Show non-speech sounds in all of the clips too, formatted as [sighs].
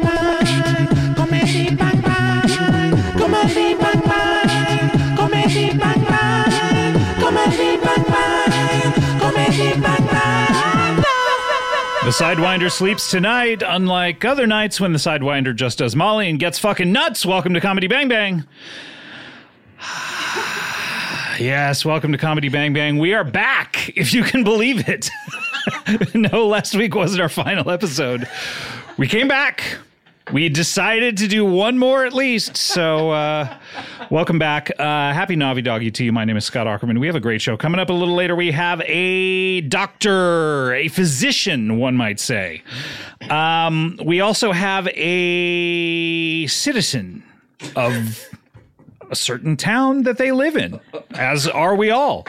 bang, comedy bang bang, comedy bang bang, comedy bang bang, comedy bang bang. The Sidewinder sleeps tonight, unlike other nights when the Sidewinder just does Molly and gets fucking nuts. Welcome to Comedy Bang Bang. [sighs] yes, welcome to Comedy Bang Bang. We are back, if you can believe it. [laughs] no, last week wasn't our final episode. We came back. We decided to do one more at least. So, uh, welcome back. Uh, happy Navi Doggy to you. My name is Scott Ackerman. We have a great show coming up a little later. We have a doctor, a physician, one might say. Um, we also have a citizen of a certain town that they live in, as are we all,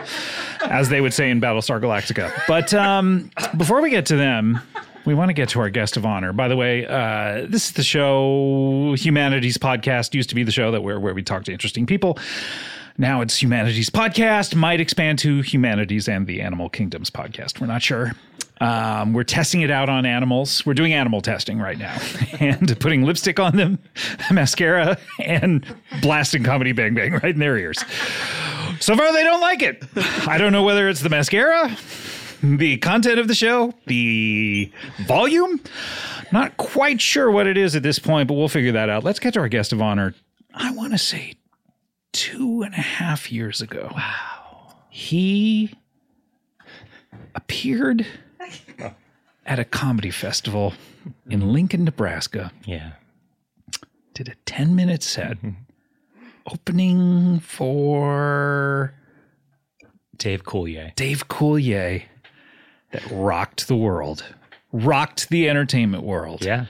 as they would say in Battlestar Galactica. But um, before we get to them, we want to get to our guest of honor. By the way, uh, this is the show Humanities Podcast. Used to be the show that where where we talk to interesting people. Now it's Humanities Podcast. Might expand to Humanities and the Animal Kingdoms Podcast. We're not sure. Um, we're testing it out on animals. We're doing animal testing right now [laughs] and putting lipstick on them, [laughs] mascara, and blasting comedy bang bang right in their ears. So far, they don't like it. I don't know whether it's the mascara, the content of the show, the volume. Not quite sure what it is at this point, but we'll figure that out. Let's get to our guest of honor. I want to say two and a half years ago. Wow. He [laughs] appeared at a comedy festival in Lincoln, Nebraska. Yeah. Did a 10 minute set [laughs] opening for Dave Coulier. Dave Coulier that rocked the world, rocked the entertainment world. Yeah.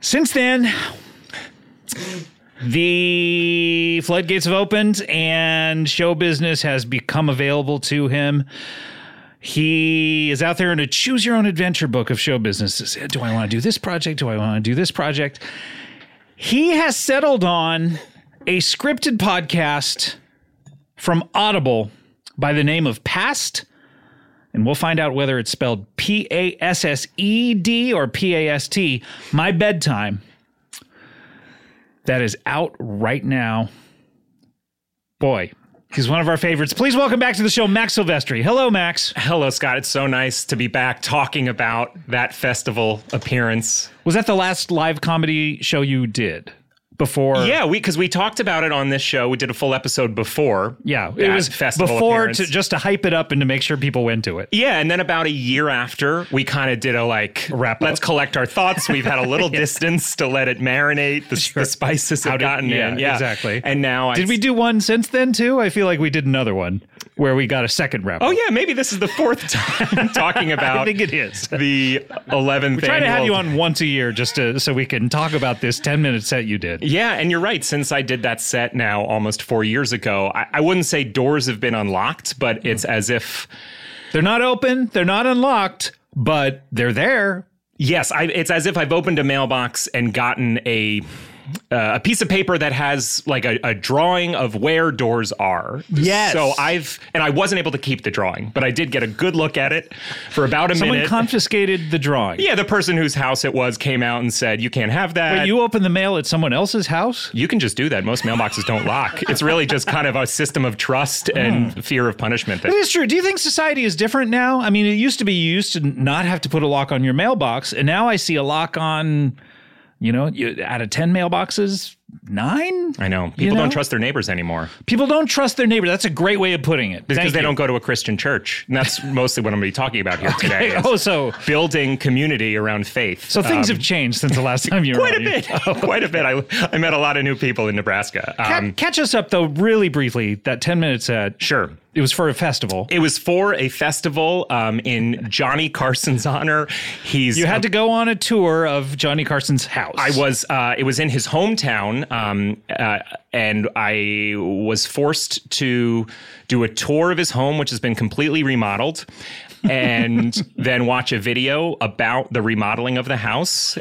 Since then, the floodgates have opened and show business has become available to him. He is out there in a choose your own adventure book of show business. Do I want to do this project? Do I want to do this project? He has settled on a scripted podcast from Audible by the name of Past and we'll find out whether it's spelled P A S S E D or P A S T, My Bedtime, that is out right now. Boy, he's one of our favorites. Please welcome back to the show, Max Silvestri. Hello, Max. Hello, Scott. It's so nice to be back talking about that festival appearance. Was that the last live comedy show you did? before. Yeah, we because we talked about it on this show. We did a full episode before. Yeah, it that was festival before appearance. to just to hype it up and to make sure people went to it. Yeah, and then about a year after, we kind of did a like Wrap up. Let's collect our thoughts. We've had [laughs] a little distance to let it marinate. The, the spices have How did- gotten yeah, in. Yeah, exactly. And now, I, Did we do one since then too? I feel like we did another one where we got a second wrap. Oh yeah, maybe this is the fourth [laughs] time talking [laughs] about I think it is. [laughs] the eleventh. Try to have you on once a year just to so we can talk about this ten minute set you did. Yeah, and you're right. Since I did that set now almost four years ago, I, I wouldn't say doors have been unlocked, but Hmm. it's as if They're not open. They're not unlocked, but they're there. Yes, I, it's as if I've opened a mailbox and gotten a uh, a piece of paper that has like a, a drawing of where doors are. Yes. So I've and I wasn't able to keep the drawing, but I did get a good look at it for about a Someone minute. confiscated the drawing. yeah, the person whose house it was came out and said, "You can't have that." Wait, you open the mail at someone else's house? you can just do that. Most mailboxes don't lock. It's really just kind of a system of trust and Oh. fear of punishment. That It is true. Do you think society is different now? I mean, it used to be you used to not have to put a lock on your mailbox, and now I see a lock on, you know, you, out of 10 mailboxes, nine? I know people know? don't trust their neighbors anymore People don't trust their neighbor. That's a great way of putting it. because Thank they you. don't go to a Christian church. [laughs] And that's mostly what I'm going to be talking about here today. is- Oh, so building community around faith. so things Um, have changed since the last time you were [laughs] quite a on. You- bit, quite a bit. I, I met a lot of new people in Nebraska. Ca- Um, catch us up though, really briefly. That ten minutes at sure. it was for a festival. It was for a festival um, in Johnny Carson's honor. He's you had to go on a tour of Johnny Carson's house. I was. Uh, it was in his hometown, um, uh, and I was forced to do a tour of his home, which has been completely remodeled, and [laughs] then watch a video about the remodeling of the house.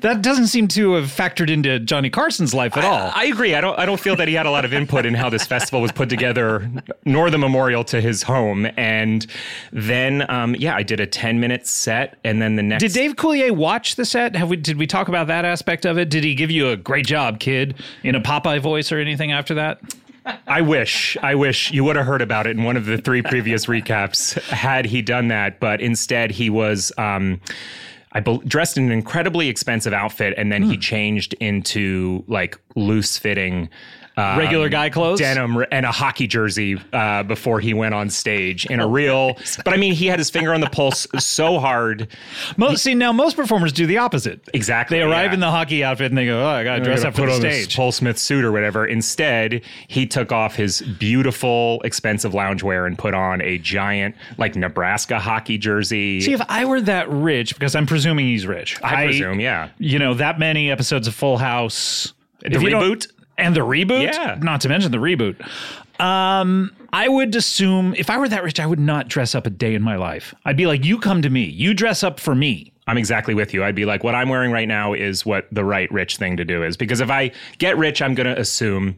That doesn't seem to have factored into Johnny Carson's life at all. I agree. I don't. I don't feel that he had a lot of input in how this festival was put together, nor the memorial to his home. And then, um, yeah, I did a ten-minute set, and then the next. Did Dave Coulier watch the set? Have we did we talk about that aspect of it? Did he give you a great job, kid, in a Popeye voice or anything after that? I wish. I wish you would have heard about it in one of the three previous recaps had he done that. But instead, he was. Um, I bel dressed in an incredibly expensive outfit, and then Hmm. he changed into like loose fitting. Um, Regular guy clothes? denim, and a hockey jersey uh, before he went on stage in a real. But I mean, he had his finger on the pulse so hard. Most see now most performers do the opposite. Exactly, They arrive yeah. in the hockey outfit and they go, "Oh, I got to dress Gonna up for put the on this stage." Paul Smith suit or whatever. Instead, he took off his beautiful, expensive loungewear and put on a giant, like Nebraska hockey jersey. See, if I were that rich, because I'm presuming he's rich. I presume, yeah. You know that many episodes of Full House, the reboot? and the reboot. Yeah. not to mention the reboot. Um, I would assume if I were that rich, I would not dress up a day in my life. I'd be like, "You come to me. You dress up for me." I'm exactly with you. I'd be like, what I'm wearing right now is what the right rich thing to do is. Because if I get rich, I'm going to assume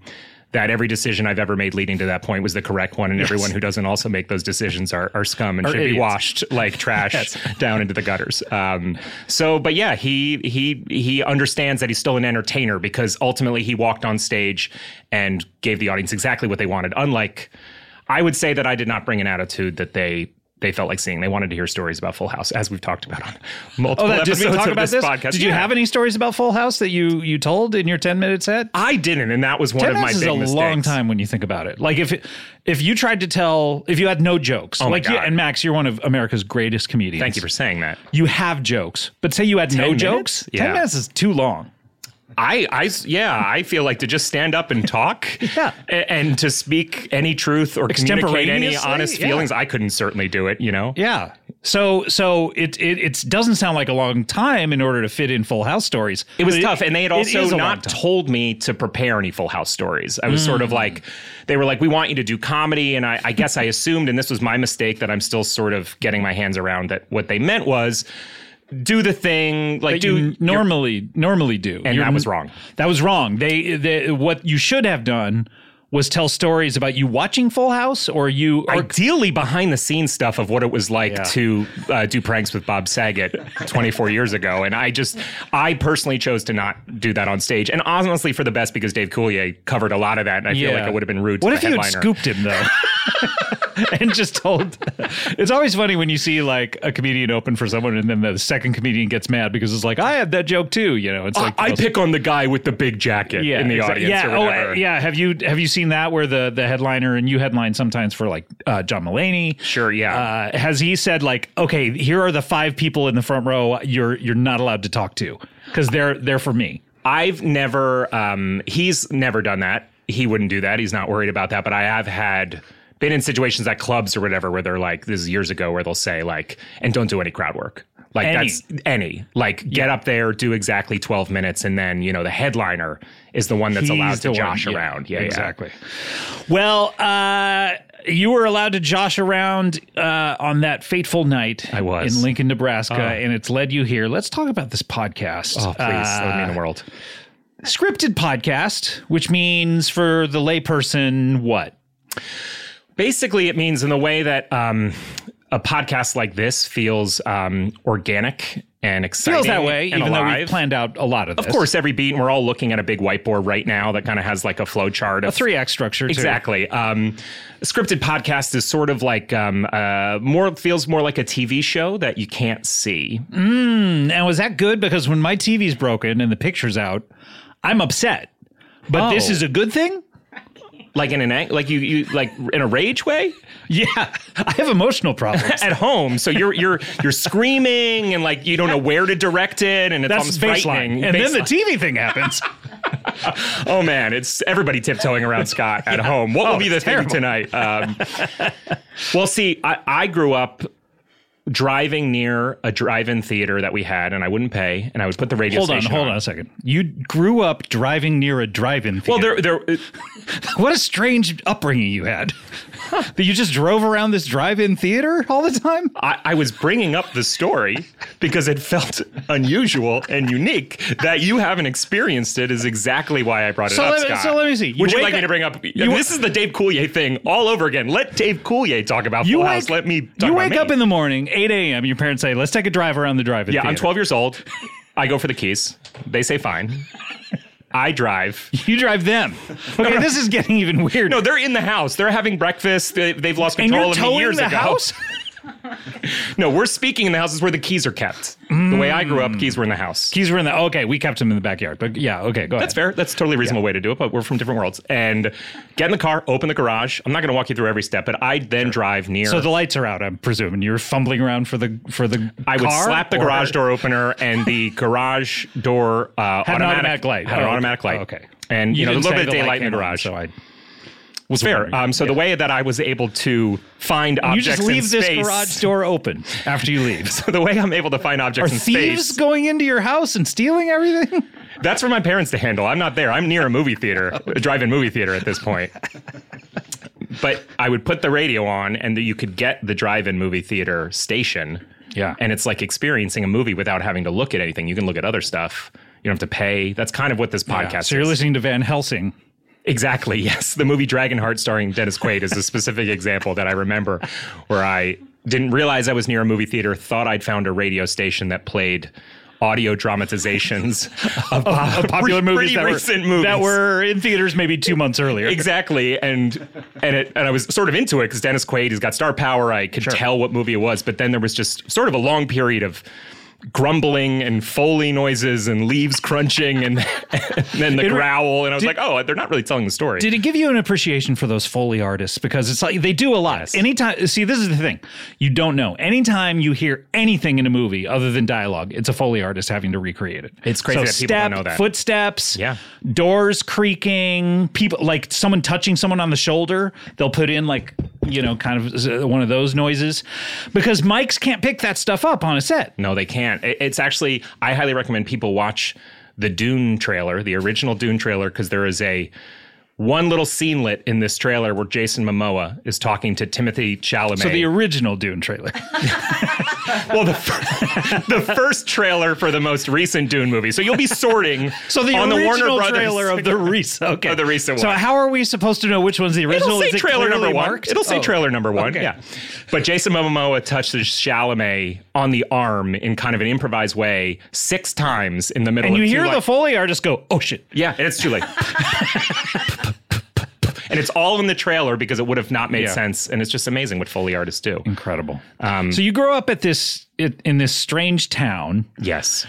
that every decision I've ever made leading to that point was the correct one. And everyone who doesn't also make those decisions are, are scum and should be idiots. washed [laughs] like trash down into the gutters. Um, so, but yeah, he, he, he understands that he's still an entertainer because ultimately he walked on stage and gave the audience exactly what they wanted. Unlike, I would say that I did not bring an attitude that they, they felt like seeing. They wanted to hear stories about Full House, as we've talked about on multiple Oh, that, did we episodes talk of about this? podcast. Did you Yeah. have any stories about Full House that you you told in your ten minute set? I didn't, and that was one Ten of my minutes is big a mistakes. long time when you think about it. Like if it- if you tried to tell if you had no jokes, Oh my like you, God. and Max, you're one of America's greatest comedians. Thank you for saying that. You have jokes, but say you had no minutes? jokes. Yeah. Ten minutes is too long. I, I, s- yeah, I feel like to just stand up and talk, [laughs] Yeah. a- and to speak any truth or communicate any Extemporaneously, honest yeah. feelings. I couldn't certainly do it, you know. Yeah. So so it it it's, doesn't sound like a long time in order to fit in Full House stories. It was But tough, and they had it also is a long not time. told me to prepare any Full House stories. I was sort Mm. of like, they were like, "We want you to do comedy," and I, I guess I assumed, and this was my mistake that I'm still sort of getting my hands around that what they meant was do the thing, like do you your- normally normally do. And You're- that was wrong. That was wrong. They, they what you should have done was tell stories about you watching Full House or you or ideally behind the scenes stuff of what it was like to uh, do pranks with [laughs] Bob Saget 24 years ago. And I just, I personally chose to not do that on stage. And honestly, for the best, because Dave Coulier covered a lot of that. And I feel like it would have been rude to What the if you had headliner. scooped him though? [laughs] [laughs] and just told. It's always funny when you see like a comedian open for someone and then the second comedian gets mad because it's like, I had that joke too. You know, it's like, I pick on the guy with the big jacket in the exact- audience Yeah, or oh, whatever. uh, yeah. Have you have you seen that where the the headliner and you headline sometimes for like uh, John Mulaney? Sure, yeah. Uh, has he said like, okay, here are the five people in the front row you're you're not allowed to talk to because they're they're for me. I've never, um, he's never done that. He wouldn't do that. He's not worried about that. But I have had been in situations at clubs or whatever where they're like, this is years ago, where they'll say, like, and don't do any crowd work. Like, Any. that's any. Like, get up there, do exactly 12 minutes, and then, you know, the headliner is the one that's He's allowed to the one- josh around. Yeah, yeah. exactly. Well, uh, you were allowed to josh around uh, on that fateful night. I was. Ah. in Lincoln, Nebraska, and it's led you here. Let's talk about this podcast. Uh, Oh, please. that would mean the world. scripted podcast, which means for the layperson, what? Basically, it means in the way that um, a podcast like this feels um, organic and exciting. Feels that way, and even though we alive. planned out a lot of this. Of course, every beat, and we're all looking at a big whiteboard right now that kind of has like a flow chart of a three act structure. too. Exactly. Um, a scripted podcast is sort of like um, uh, more feels more like a TV show that you can't see. Now is that good? Because when my TV's broken and the picture's out, I'm upset. But this Oh. is a good thing. [laughs] Like in an ang- like you you like in a rage way Yeah, I have emotional [laughs] problems. at home. So you're you're you're screaming and like you don't know where to direct it, and it's That's almost baseline, frightening. and then the Baseline. TV thing [laughs] happens. oh man, it's everybody tiptoeing [laughs] around Scott at home. What will be the it's thing Oh, terrible. tonight? [laughs] Um, well, see, I, I grew up driving near a drive-in theater that we had, and I wouldn't pay, and I would put the radio hold on, station. hold on a second. You grew up driving near a drive-in Well, theater. there, there, what a strange upbringing you had. That you just drove around this drive-in theater all the time. I, I was bringing up the story because it felt unusual and unique that you haven't experienced it is exactly why I brought it So up, let me- Scott. so let me see. You Would you wake like me up- to bring up? you- this is the Dave Coulier thing all over again. Let Dave Coulier talk about Full House. Let me. Talk you about wake me. up in the morning, 8 a.m. Your parents say, "Let's take a drive around the drive-in." Yeah, I'm theater." 12 years old. I go for the keys. They say fine. I drive. [laughs] You drive [laughs] them. Okay, this is getting even weird. No, they're in the house. They're having breakfast. They, they've lost and control you're of me towing years the ago. [laughs] house. No, we're speaking in the houses where the keys are kept. The way I grew up, keys were in the house. Mm. Keys were in the. Okay, we kept them in the backyard. But yeah, okay, go That's ahead. fair. That's a totally reasonable way to do it, but we're from different worlds. And get in the car, open the garage. I'm not going to walk you through every step, but I then drive near. So the lights are out. I'm presuming you're fumbling around for the for the. I would car, slap the or- garage door opener [laughs] and the garage door uh, Had an automatic automatic, light. Had an Oh, automatic light. okay. And you, know, didn't there's say a little bit of the daylight in the came on, garage. so I. was fair. Um, so the way that I was able to find You objects just leave in this space, garage door open after you leave. [laughs] So the way I'm able to find Are objects [laughs] in thieves space, going into your house and stealing everything? that's for my parents to handle. I'm not there. I'm near a [laughs] movie theater, a drive-in movie theater at this point. but I would put the radio on, and you could get the drive-in movie theater station. Yeah. and it's like experiencing a movie without having to look at anything. You can look at other stuff. You don't have to pay. That's kind of what this podcast so you're is. listening to Van Helsing. Exactly. Yes. The movie Dragonheart starring Dennis Quaid is a specific example that I remember where I didn't realize I was near a movie theater, thought I'd found a radio station that played audio dramatizations of, pop- Popular [laughs] pretty movies that recent were movies. that were in theaters maybe two months earlier. Exactly, and and it and I was sort of into it because Dennis Quaid has got star power. I could tell what movie it was, but then there was just sort of a long period of grumbling and foley noises and leaves crunching and, [laughs] and then the growl, and I was like, oh, they're not really telling the story. Did it give you an appreciation for those Foley artists? Because it's like they do a lot. Anytime, see, this is the thing you don't know. Anytime you hear anything in a movie other than dialogue, it's a Foley artist having to recreate it. It's crazy So that people don't know that. Footsteps, Yeah. doors creaking, people like someone touching someone on the shoulder. They'll put in like you know kind of uh, one of those noises because mics can't pick that stuff up on a set. No, they can't. It- It's actually, I highly recommend people watch the Dune trailer, the original Dune trailer, because there is a one little scenelet in this trailer where Jason Momoa is talking to Timothy Chalamet. So the original Dune trailer. well, the, fir- [laughs] the first trailer for the most recent Dune movie. So you'll be sorting [laughs] So the on the original Warner Brothers trailer of the [laughs] recent, okay, of the recent So one. how are we supposed to know which one's the original? It'll say Is it trailer clearly number one. marked? It'll say Oh. trailer number one. Okay. Yeah. But Jason Momoa touches Chalamet on the arm in kind of an improvised way six times in the middle. And you of two hear li- the Foley artist go, "Oh shit!" Yeah, and it's too late. and and it's all in the trailer because it would have not made Yeah. Mm. sense. And it's just amazing what Foley artists do. Incredible. Um, so you grow up at this it, in this strange town, Yes.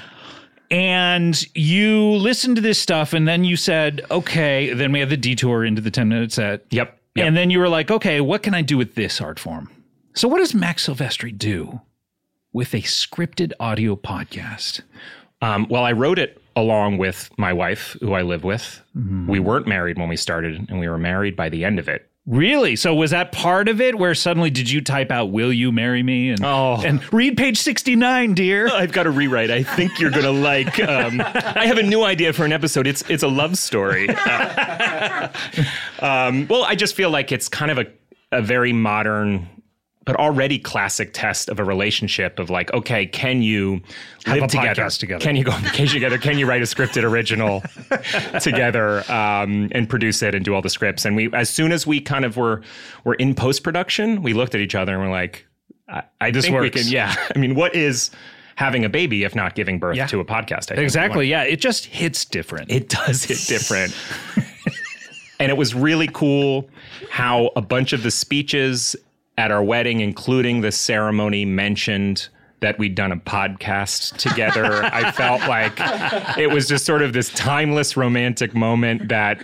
and you listened to this stuff, and then you said, "Okay." Then we had the detour into the ten minute set. Yep. Yep. And then you were like, "Okay, what can I do with this art form?" So what does Max Silvestri do with a scripted audio podcast? Um, well, I wrote it along with my wife, who I live with. We weren't married when we started, and we were married by the end of it. Really? So was that part of it where suddenly did you type out "Will you marry me?" and Oh. and read page sixty nine, [laughs] dear? I've got a rewrite. I think you're gonna like. Um, I have a new idea for an episode. It's it's a love story. um, well, I just feel like it's kind of a a very modern. But already classic test of a relationship of like, okay, can you live a together? podcast together. Can you go on vacation together? Can you write a [laughs] scripted original together um, and produce it and do all the scripts? And we, as soon as we kind of were were in post production, we looked at each other and we're like, I, I just think we works. can, yeah. [laughs] I mean, what is having a baby if not giving birth Yeah. to a podcast? I think. Exactly. Yeah, it just hits different. It does hit [laughs] different. and it was really cool how a bunch of the speeches at our wedding, including the ceremony, mentioned that we'd done a podcast [laughs] together. I felt like it was just sort of this timeless romantic moment that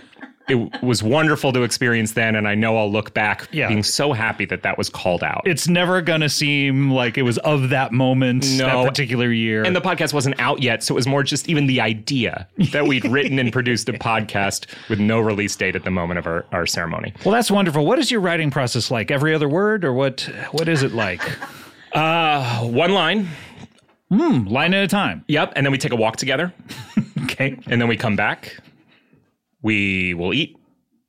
it was wonderful to experience then. And I know I'll look back Yeah. being so happy that that was called out. it's never gonna seem like it was of that moment, No. that particular year. And the podcast wasn't out yet, so it was more just even the idea that we'd written and produced a podcast with no release date at the moment of our, our ceremony. well, that's wonderful. What is your writing process like? Every other word, or what? What is it [laughs] like? One line, Line at a time. yep, and then we take a walk together, Okay. and then we come back. We will eat,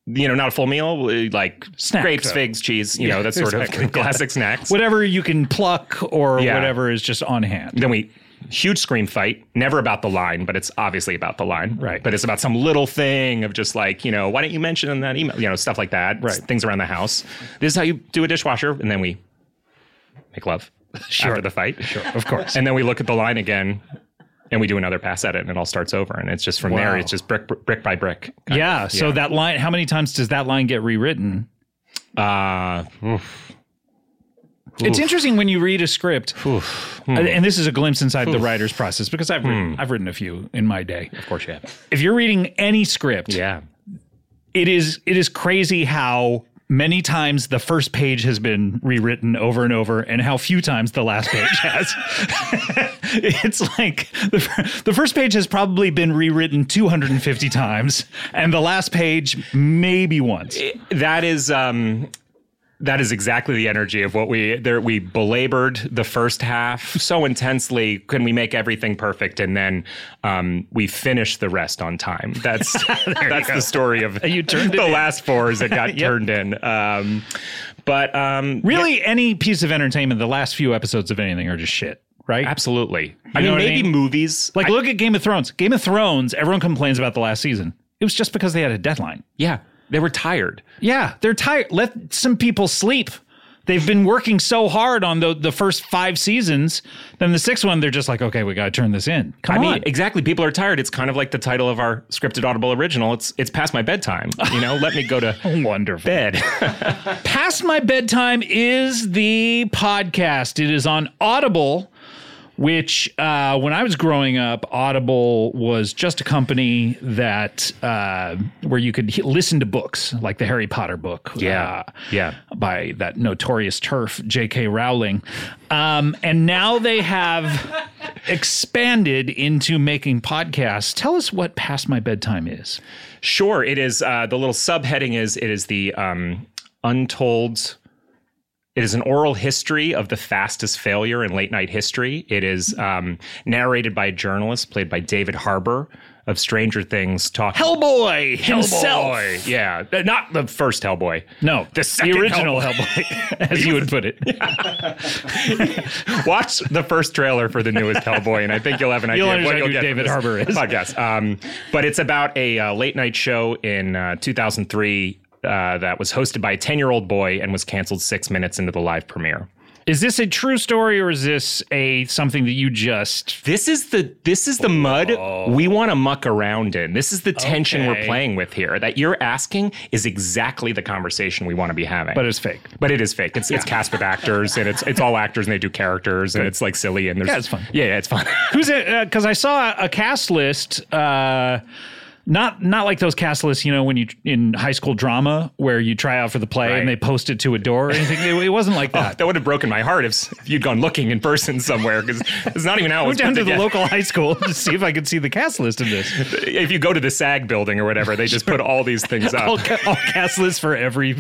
you know, not a full meal, we- like Snack, grapes, though. figs, cheese, you know, that's sort exactly, of classic snacks. Whatever you can pluck or Yeah. whatever is just on hand. Then we huge scream fight, never about the line, but it's obviously about the line. Right. But it's about some little thing of just like, you know, why didn't you mention in that email? You know, stuff like that. Right. Things around the house. This is how you do a dishwasher. And then we make love after the fight. Sure. Of course. And then we look at the line again and we do another pass at it and it all starts over. And it's just from there, Wow. it's just brick, brick by brick. yeah, So that line. How many times does that line get rewritten? Uh, It's interesting when you read a script, Hmm. and and this is a glimpse inside the writer's process because I've written, I've written a few in my day. of course you have. If you're reading any script, Yeah. it is it is crazy how many times the first page has been rewritten over and over and how few times the last page has [laughs] it's like the, fir- the first page has probably been rewritten 250 times and the last page maybe once that is um that is exactly the energy of what we there we belabored the first half so intensely can we make everything perfect and then um we finish the rest on time [laughs] that's that's the story of You turned it the in. last four is [laughs] that got turned in um but um really any piece of entertainment the last few episodes of anything are just shit right absolutely i know mean what I maybe mean? movies like look at game of thrones game of thrones everyone complains about the last season it was just because they had a deadline yeah they were tired Yeah, they're tired. Let some people sleep. They've been working so hard on the the first five seasons. Then the sixth one, they're just like, okay, we got to turn this in. Come I on. mean, exactly. People are tired. It's kind of like the title of our scripted audible original. It's it's past my bedtime. You know, let me go to [laughs] Wonderful. bed. Past My Bedtime is the podcast. It is on Audible, which uh, when I was growing up, Audible was just a company that uh, where you could he- listen to books like the Harry Potter book. Yeah. uh, Yeah. By that notorious turf, J.K. Rowling. Um, and now they have [laughs] expanded into making podcasts. Tell us what Past My Bedtime is. Sure, it is. Uh, the little subheading is it is the um, untold. It is an oral history of the fastest failure in late night history. It is Hmm. um, narrated by a journalist played by David Harbour of Stranger Things. Talking Hellboy himself. Hellboy, yeah, Uh, not the first Hellboy. No, The second original Hellboy, [laughs] as you would put it. Watch the first trailer for the newest Hellboy, and I think you'll have an [laughs] You'll idea of what understand you'll who get. David from Harbour this is. Podcast. Um, but it's about a uh, late night show in uh, 2003 uh, that was hosted by a 10 year old boy and was canceled six minutes into the live premiere. Is this a true story or is this a something that you just This is the this is the mud we want to muck around in. This is the tension we're Okay. playing with here. That you're asking is exactly the conversation we want to be having. but it's fake? But it is fake. It's it's cast with actors and it's it's all actors and they do characters and it's like silly and there's Yeah, it's fun. Yeah, yeah, it's fun. Who's it? Because I saw a cast list. Uh, not not like those cast lists, you know, when you in high school drama where you try out for the play Right. Oh, and they post it to a door or anything. It, it wasn't [laughs] like that. Uh, that would have broken my heart if, s- if you'd gone looking in person somewhere because it's not even how I it went was down put to the together. local high school to see if I could see the cast list of this. [laughs] If you go to the SAG building or whatever, they just put all these things up. All, ca- all cast lists for every.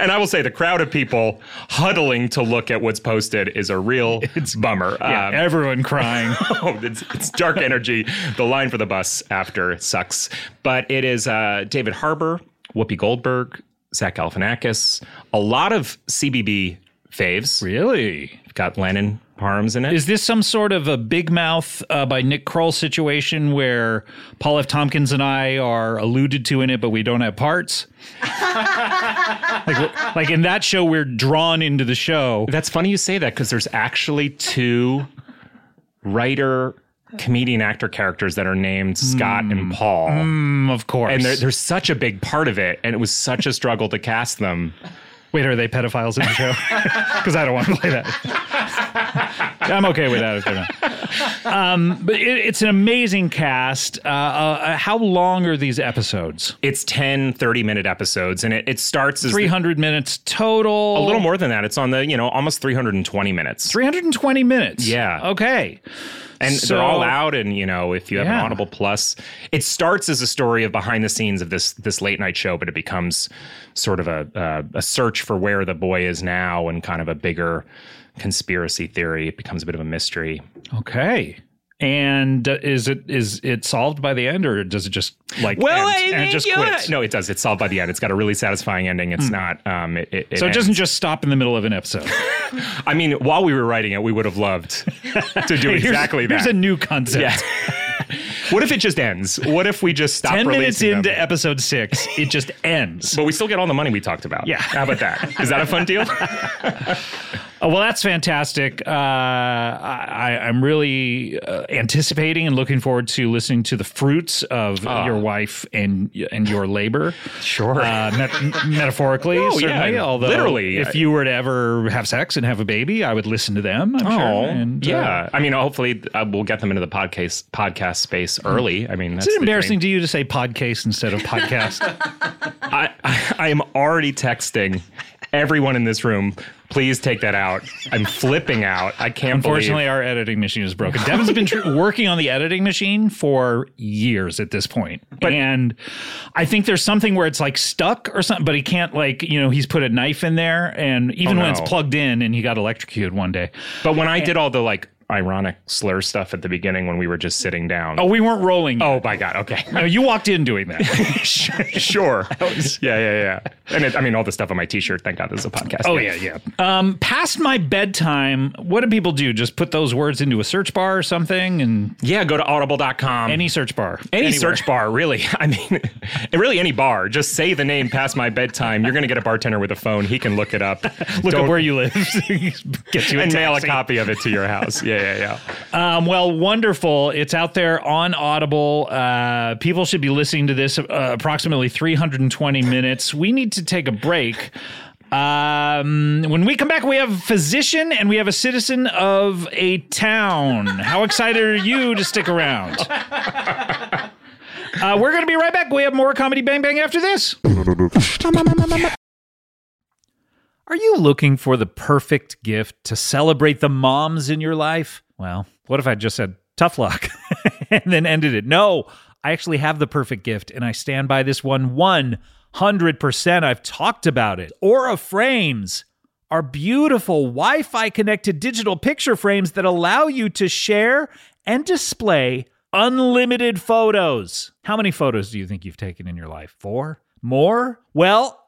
And I will say the crowd of people huddling to look at what's posted is a [laughs] real bummer. Yeah, Um, everyone crying. [laughs] Oh, it's, it's dark energy. The line for the bus after sucks, but it is uh, David Harbour, Whoopi Goldberg, Zach Galifianakis, a lot of CBB faves. really? Got Lennon Parms in it. Is this some sort of a Big Mouth uh, by Nick Kroll situation where Paul F. Tompkins and I are alluded to in it, but we don't have parts? [laughs] like, like in that show, we're drawn into the show. That's funny you say that because there's actually two writer, comedian, actor characters that are named Scott and Paul. Mm, of course. And they're, they're such a big part of it, and it was such a struggle to cast them. Wait, are they pedophiles in the show? [laughs] Because I don't want to play that. I'm okay with that [laughs] if they're not. Um, but it, it's an amazing cast. Uh, uh, uh, how long are these episodes? It's 10 30 minute episodes, and it, it starts as the- 300 minutes total. a little more than that. It's on the you know almost 320 minutes, 320 minutes. Yeah. Okay. and so- they're all out. And you know if you have Yeah. an Audible Plus, it starts as a story of behind the scenes of this this late night show, but it becomes sort of a uh, a search for where the boy is now and kind of a bigger conspiracy theory. It becomes a bit of a mystery. Okay. And uh, is it is it solved by the end, or does it just like end, and it just quits? no, it does. It's solved by the end. It's got a really satisfying ending. It's not. Um, it, it, Hmm. So it ends. doesn't just stop in the middle of an episode. I mean, while we were writing it, we would have loved to [laughs] [laughs] do Here's- exactly here's, that. a new concept. Yeah. [laughs] what if it just ends? What if we just stop Ten minutes releasing into them? episode six, it just ends. but we still get all the money we talked about. Yeah. How about that? Is that a fun [laughs] deal? [laughs] Oh, well, that's fantastic. Uh, I, I- I'm really uh, anticipating and looking forward to listening to the fruits of your wife and and your labor. Ah. [laughs] Sure, uh, met- metaphorically, No, yeah, certainly. although, literally. if you were to ever have sex and have a baby, I would listen to them. I'm sure. And, uh, Oh, yeah. I mean, hopefully uh, we'll get them into the podcast podcast space early. I mean, that's Is it the Hmm. embarrassing dream. to you to say podcast instead of [laughs] podcast? I, I, I am already texting everyone in this room. Please take that out. I'm flipping out. I can't Unfortunately, believe. our editing machine is broken. Devin's been tr- working on the editing machine for years at this point. and I think there's something where it's like stuck or something, but he can't, like, you know, he's put a knife in there. And even Oh, when it's no. plugged in and he got electrocuted one day. But when I did all the like ironic slur stuff at the beginning when we were just sitting down. Oh, we weren't rolling. [laughs] yet. oh my God. Okay. No, you walked in doing that. [laughs] sure. yeah, yeah, yeah. And it, I mean, all the stuff on my T-shirt. Thank God, this is a podcast. oh, yeah, yeah. Um, past my bedtime, what do people do? Just put those words into a search bar or something and yeah. Go to audible.com. any search bar. Hmm. any anywhere. search bar, really. [laughs] I mean, really any bar. Just say the name past my bedtime. You're gonna get a bartender with a phone. He can look it up. [laughs] Look Don't- at where you live. [laughs] Get you a and mail a taxi. copy of it to your house. Yeah, yeah, yeah. Um, well, wonderful. It's out there on Audible. Uh, people should be listening to this uh, approximately 320 minutes. We need to take a break. Um, when we come back, we have a physician and we have a citizen of a town. How excited are you to stick around? [laughs] Uh, we're going to be right back. We have more Comedy Bang Bang after this. Are you looking for the perfect gift to celebrate the moms in your life? Well, what if I just said tough luck [laughs] and then ended it? No, I actually have the perfect gift and I stand by this one 100%. I've talked about it. Aura Frames are beautiful Wi Fi connected digital picture frames that allow you to share and display unlimited photos. How many photos do you think you've taken in your life? Four? More? Well,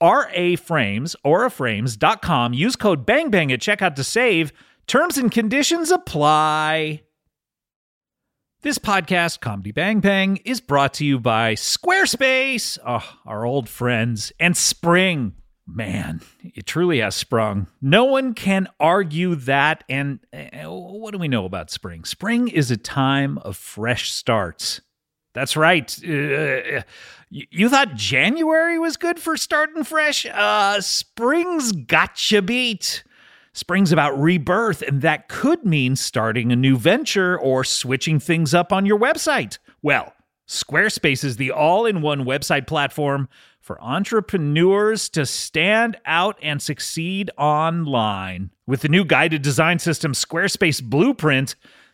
R A frames, auraframes.com. Use code BANGBANG at checkout to save. Terms and conditions apply. This podcast, Comedy Bang Bang, is brought to you by Squarespace, oh, our old friends, and Spring. Man, it truly has sprung. No one can argue that. And eh, what do we know about spring? Spring is a time of fresh starts. That's right. Uh, you you thought January was good for starting fresh? Uh, spring's gotcha beat. Spring's about rebirth, and that could mean starting a new venture or switching things up on your website. Well, Squarespace is the all in one website platform for entrepreneurs to stand out and succeed online. With the new guided design system, Squarespace Blueprint,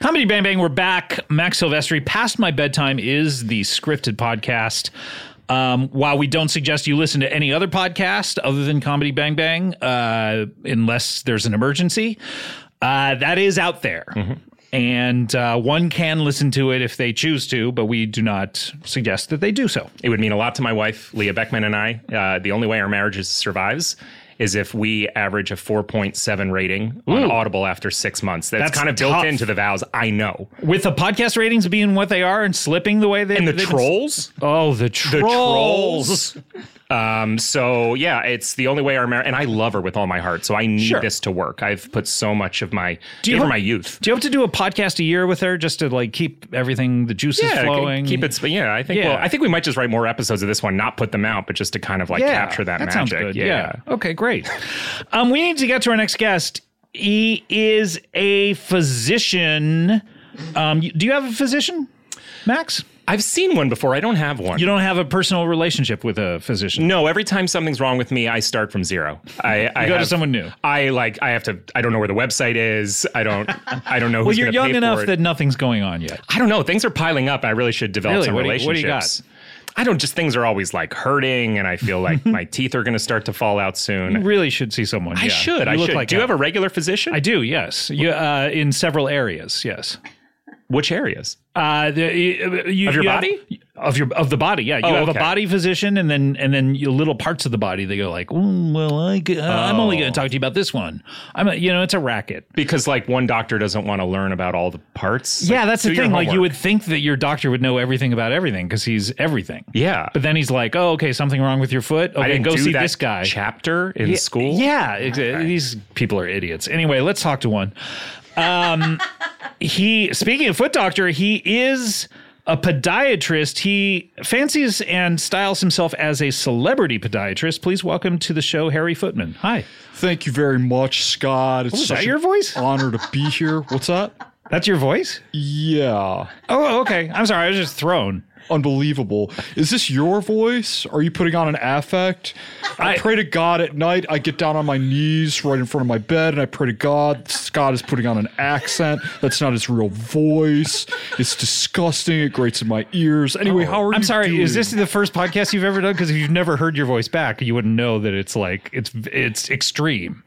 Comedy Bang Bang, we're back. Max Silvestri, Past My Bedtime is the scripted podcast. Um, while we don't suggest you listen to any other podcast other than Comedy Bang Bang, uh, unless there's an emergency, uh, that is out there. Mm-hmm. And uh, one can listen to it if they choose to, but we do not suggest that they do so. It would mean a lot to my wife, Leah Beckman, and I. Uh, the only way our marriage is- survives is if we average a 4.7 rating on Audible after six months. That's, That's kind of built tough. into the vows. I know. With the podcast ratings being what they are and slipping the way they And the they've been- trolls. Oh, the The trolls. trolls. Um, so yeah, it's the only way our marriage, and I love her with all my heart. So I need Sure. this to work. I've put so much of my, you gave her hope- my youth. Do you have to do a podcast a year with her just to like keep everything the juices Yeah, flowing? keep it. sp- Yeah, I think. Yeah. Well, I think we might just write more episodes of this one, not put them out, but just to kind of like capture that, magic. sounds good. Okay, great. um, we need to get to our next guest. He is a physician. Um, y- do you have a physician, Max? I've seen one before. I don't have one. You don't have a personal relationship with a physician. no, every time something's wrong with me, I start from zero. I, I You go to have- someone new. I like. I have to. I don't know where the website is. I don't. I don't know. Who's Well, you're gonna young pay for enough it. that nothing's going on yet. I don't know. Things are piling up. I really should develop Really? some What do you- what do relationships. you got? I don't just things are always like hurting, and I [laughs] feel like my teeth are going to start to fall out soon. You really should see someone. I yeah. should. I look should. Like Do you a- have a regular physician? I do. Yes. You, uh, in several areas. Yes. Which areas? Uh, the, you, Of your you have- body? of your of the body, yeah. You Oh, have okay. a body physician, and then and then you little parts of the body. They go like, "Mm, well, I, g- uh, I'm only going to talk to you about this one. I'm, a, you know, it's a racket. Because like one doctor doesn't want to learn about all the parts. yeah, that's the do your thing. Like you homework. would think that your doctor would know everything about everything because he's everything. Yeah. But then he's like, oh, okay, something wrong with your foot. I Okay, didn't go do see that this guy. chapter in school. Yeah, exa- these people are idiots. Anyway, let's talk to one. Um, [laughs] he speaking of foot doctor, he is a podiatrist. He fancies and styles himself as a celebrity podiatrist. Please welcome to the show, Harry Footman. Hi, Thank you very much, Scott. It's was such that an your voice? honor to be here. What's that? that's your voice. Yeah. Oh, okay. I'm sorry, I was just thrown. Unbelievable. Is this your voice? Are you putting on an affect? I, I- pray to God at night. I get down on my knees right in front of my bed and I pray to God Scott is putting on an accent. That's not his real voice. It's disgusting. It grates in my ears. Anyway, how are you? Oh, I'm sorry. Is doing? this the first podcast you've ever done? Because if you've never heard your voice back, you wouldn't know that it's like it's it's extreme.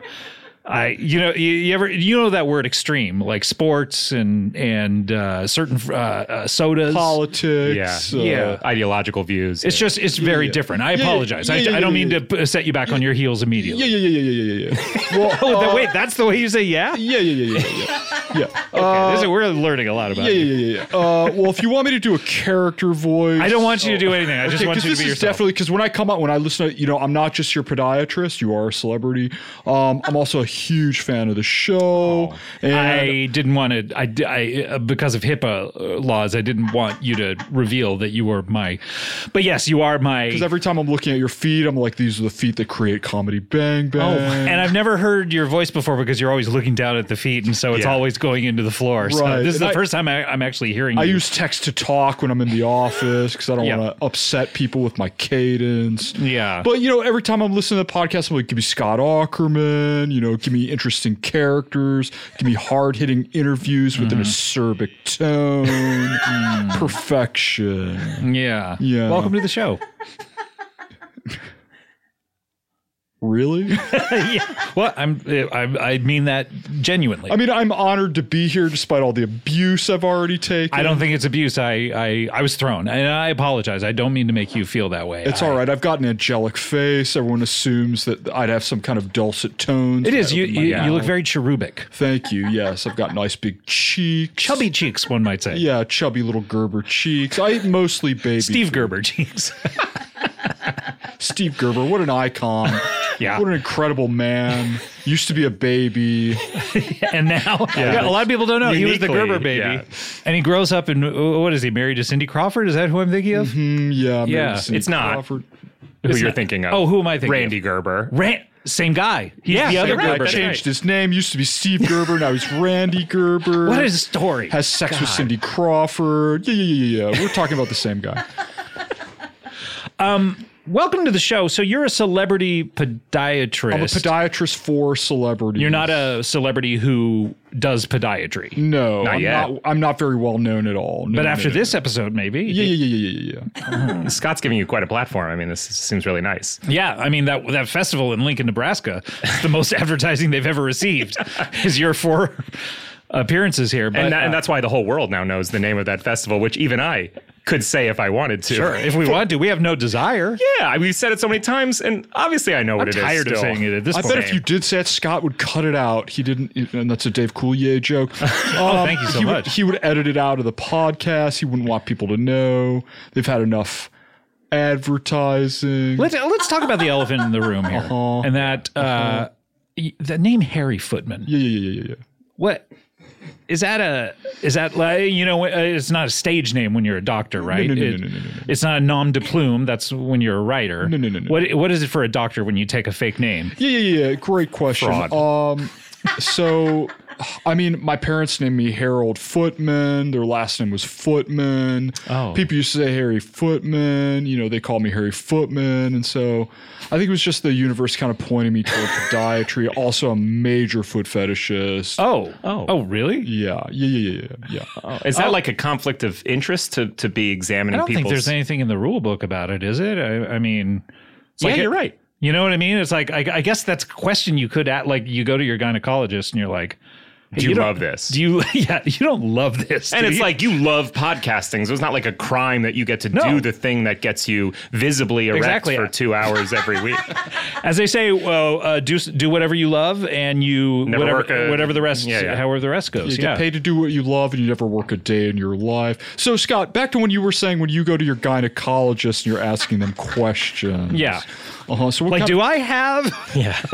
I you know you, you ever you know that word extreme like sports and and uh, certain uh, uh, sodas. Yeah. politics? uh, Yeah. Ideological views. it's just it's very yeah. different. I Yeah, yeah, apologize. yeah, I, yeah, I don't yeah, mean yeah. to p- set you back on your heels Yeah, immediately. yeah, yeah, yeah, yeah, yeah, yeah. Well, Oh, uh, that, wait, that's the way you say yeah. yeah, yeah, yeah, yeah, yeah. yeah. Okay, this is- we're learning a lot about. Yeah, you. yeah, yeah, yeah. Uh, well, if you want me to do a character voice, I don't want you to do anything. I just Oh. Okay, want 'cause you to this be is yourself. definitely because when I come out, when I listen to, you know, I'm not just your podiatrist. You are a celebrity. Um, I'm also a huge fan of the show. Oh. and I didn't want to. I, di- I uh, because of HIPAA uh, laws, I didn't want you to reveal that you were my. But yes, you are my. because every time I'm looking at your feet, I'm like, these are the feet that create comedy bang bang. Oh, and I've never heard your voice before because you're always looking down at the feet, and so it's Yeah. always going into the floor. So Right, this is and the I- first time I, I'm actually hearing. I you. use text to talk when I'm in the office because I don't Yeah. want to upset people with my cadence. Yeah. But, you know, every time I'm listening to the podcast, I'm like, give me Scott Ackerman, you know, give me interesting characters, give me hard hitting interviews with an Mm-hmm. acerbic tone, Mm. perfection. Yeah. Yeah. Welcome to the [laughs] show. Really? yeah. Well, I'm. I, I mean that genuinely. I mean, I'm honored to be here despite all the abuse I've already taken. I don't think it's abuse. I, I I was thrown, and I apologize. I don't mean to make you feel that way. It's I- all right. I've got an angelic face. Everyone assumes that I'd have some kind of dulcet tones. It when is. I You open my you, you mouth. look very cherubic, Thank you. Yes, I've got nice big cheeks. chubby cheeks, one might say. Yeah, chubby little Gerber cheeks. I eat mostly baby. Steve Gerber [laughs] cheeks. Steve Gerber, what [laughs] an icon. Yeah. What an incredible man. Used to be a baby. and [laughs] now yeah, a lot of people don't know he was the Uniquely, Gerber baby, yeah. and he grows up and uh, what is he married to Cindy Crawford? Is that who I'm thinking of? Mm, yeah. maybe Yeah, Cindy it's not. Crawford. who you're not- thinking of. Oh, who am I thinking? Randy Gerber. Rant, same guy. He's Yeah, the other same guy. Gerber. That's baby. right. Changed his name. Used to be Steve Gerber. Now he's Randy Gerber. What is a story? Has sex with Cindy Crawford. Yeah, yeah, yeah, yeah. We're talking about the same guy. [laughs] Welcome to the show. So you're a celebrity podiatrist. I'm a podiatrist for celebrities. You're not a celebrity who does podiatry. No, I'm yet. not. I'm not very well known at all. No, But no, after no, this episode, maybe. no. Yeah, yeah, yeah, yeah, yeah, yeah. Scott's giving you quite a platform. I mean, this seems really nice. Yeah, I mean that that festival in Lincoln, Nebraska, is the most [laughs] advertising they've ever received. Is your four appearances here, but and, that, uh, and that's why the whole world now knows the name of that festival, which even I could say if I wanted to. sure. If we want to, we have no desire. Yeah, I- we've said it so many times, and obviously I know what I'm it is. tired of still. saying it at this I point. bet if you did say that, Scott would cut it out. He didn't, and that's a Dave Coulier [laughs] joke. oh, thank you so he Would, much. he would edit it out of the podcast. He wouldn't want people to know. They've had enough advertising. Let's let's talk about the elephant in the room here, Uh-huh. and that uh, y the name Harry Footman. yeah, yeah, yeah, yeah, yeah. What is that? A is that like you know? uh, It's not a stage name when you're a doctor, right? no, no, It- no, no, no, no, no. It's not a nom de plume. That's when you're a writer. No, no, no, no. What what is it for a doctor when you take a fake name? Yeah, yeah, yeah. Great question. Fraud. Um, so I mean, my parents named me Harold Footman. Their last name was Footman. Oh. People used to say Harry Footman. You know, they called me Harry Footman. And so I think it was just the universe kind of pointing me [laughs] toward podiatry. Also, a major foot fetishist. Oh, Oh. oh, really? Yeah, yeah, yeah, yeah, yeah. yeah. Is that like a conflict of interest to to be I examining don't people's? think there's anything in the rule book about it, is it? I, I mean, it's yeah, like- you're right. You know what I mean? It's like I, I guess that's a question you could at like you go to your gynecologist and you're like, hey, Do you, don't- love this? Do you? [laughs] Yeah, you don't love this, and do it's you? like you love podcasting, so it's not like a crime that you get to No. do the thing that gets you visibly erect Exactly. for two hours [laughs] every week. as they say, well, uh, do s- do whatever you love, and you Never whatever work a- whatever the rest, Yeah, yeah. however the rest goes. You yeah, get paid to do what you love and you never work a day in your life. So, Scott, back to when you were saying when you go to your gynecologist and you're asking them questions. Yeah. Uh-huh. So what Like, kind do I have [laughs]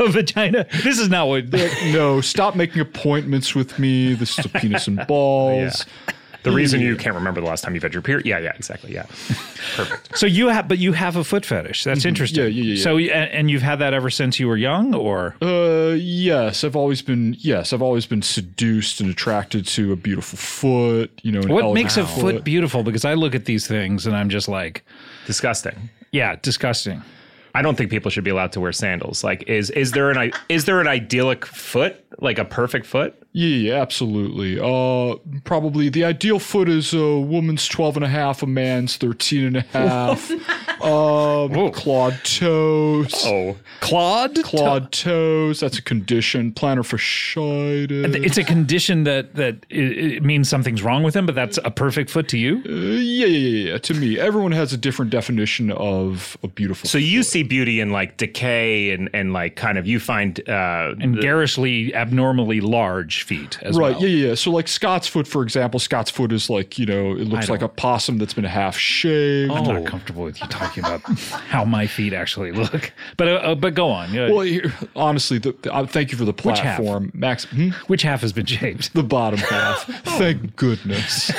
[laughs] a vagina? This is not what. no, stop making appointments with me. This is a penis and balls. The reason you can't remember the last time you've had your period. Yeah, yeah, exactly. Yeah. Perfect. So you have, but you have a foot fetish. That's interesting. Mm-hmm. Yeah, yeah, yeah, yeah. So, and, and you've had that ever since you were young, or Uh, yes, I've always been yes, I've always been seduced and attracted to a beautiful foot. You know, an what elegant makes a foot beautiful? Because I look at these things and I'm just like, Disgusting. yeah, disgusting. I don't think people should be allowed to wear sandals. Like, is is there an i- is there an idyllic foot, like a perfect foot? Yeah, yeah, absolutely. Uh, probably the ideal foot is a woman's 12 and a half, a man's 13 and [laughs] a half. um, clawed toes. Oh, Claude. Clawed toes. That's a condition. Plantar fasciitis. It's a condition that that it, it means something's wrong with them, but that's a perfect foot to you. Uh, yeah, yeah, yeah, yeah. To me, everyone has a different definition of a beautiful so you see beauty in like decay and and like kind of you find uh, And garishly, abnormally large feet as Right, well. yeah, yeah. yeah. So, like Scott's foot, for example, Scott's foot is like, you know, it looks like a possum that's been half shaved. I'm not comfortable with you talking about how my feet actually look, but uh, uh, but go on. Yeah. Well, here- honestly, the, the- uh, thank you for the half? platform, Max. Hmm? Which half has been shaved? The bottom half. thank goodness.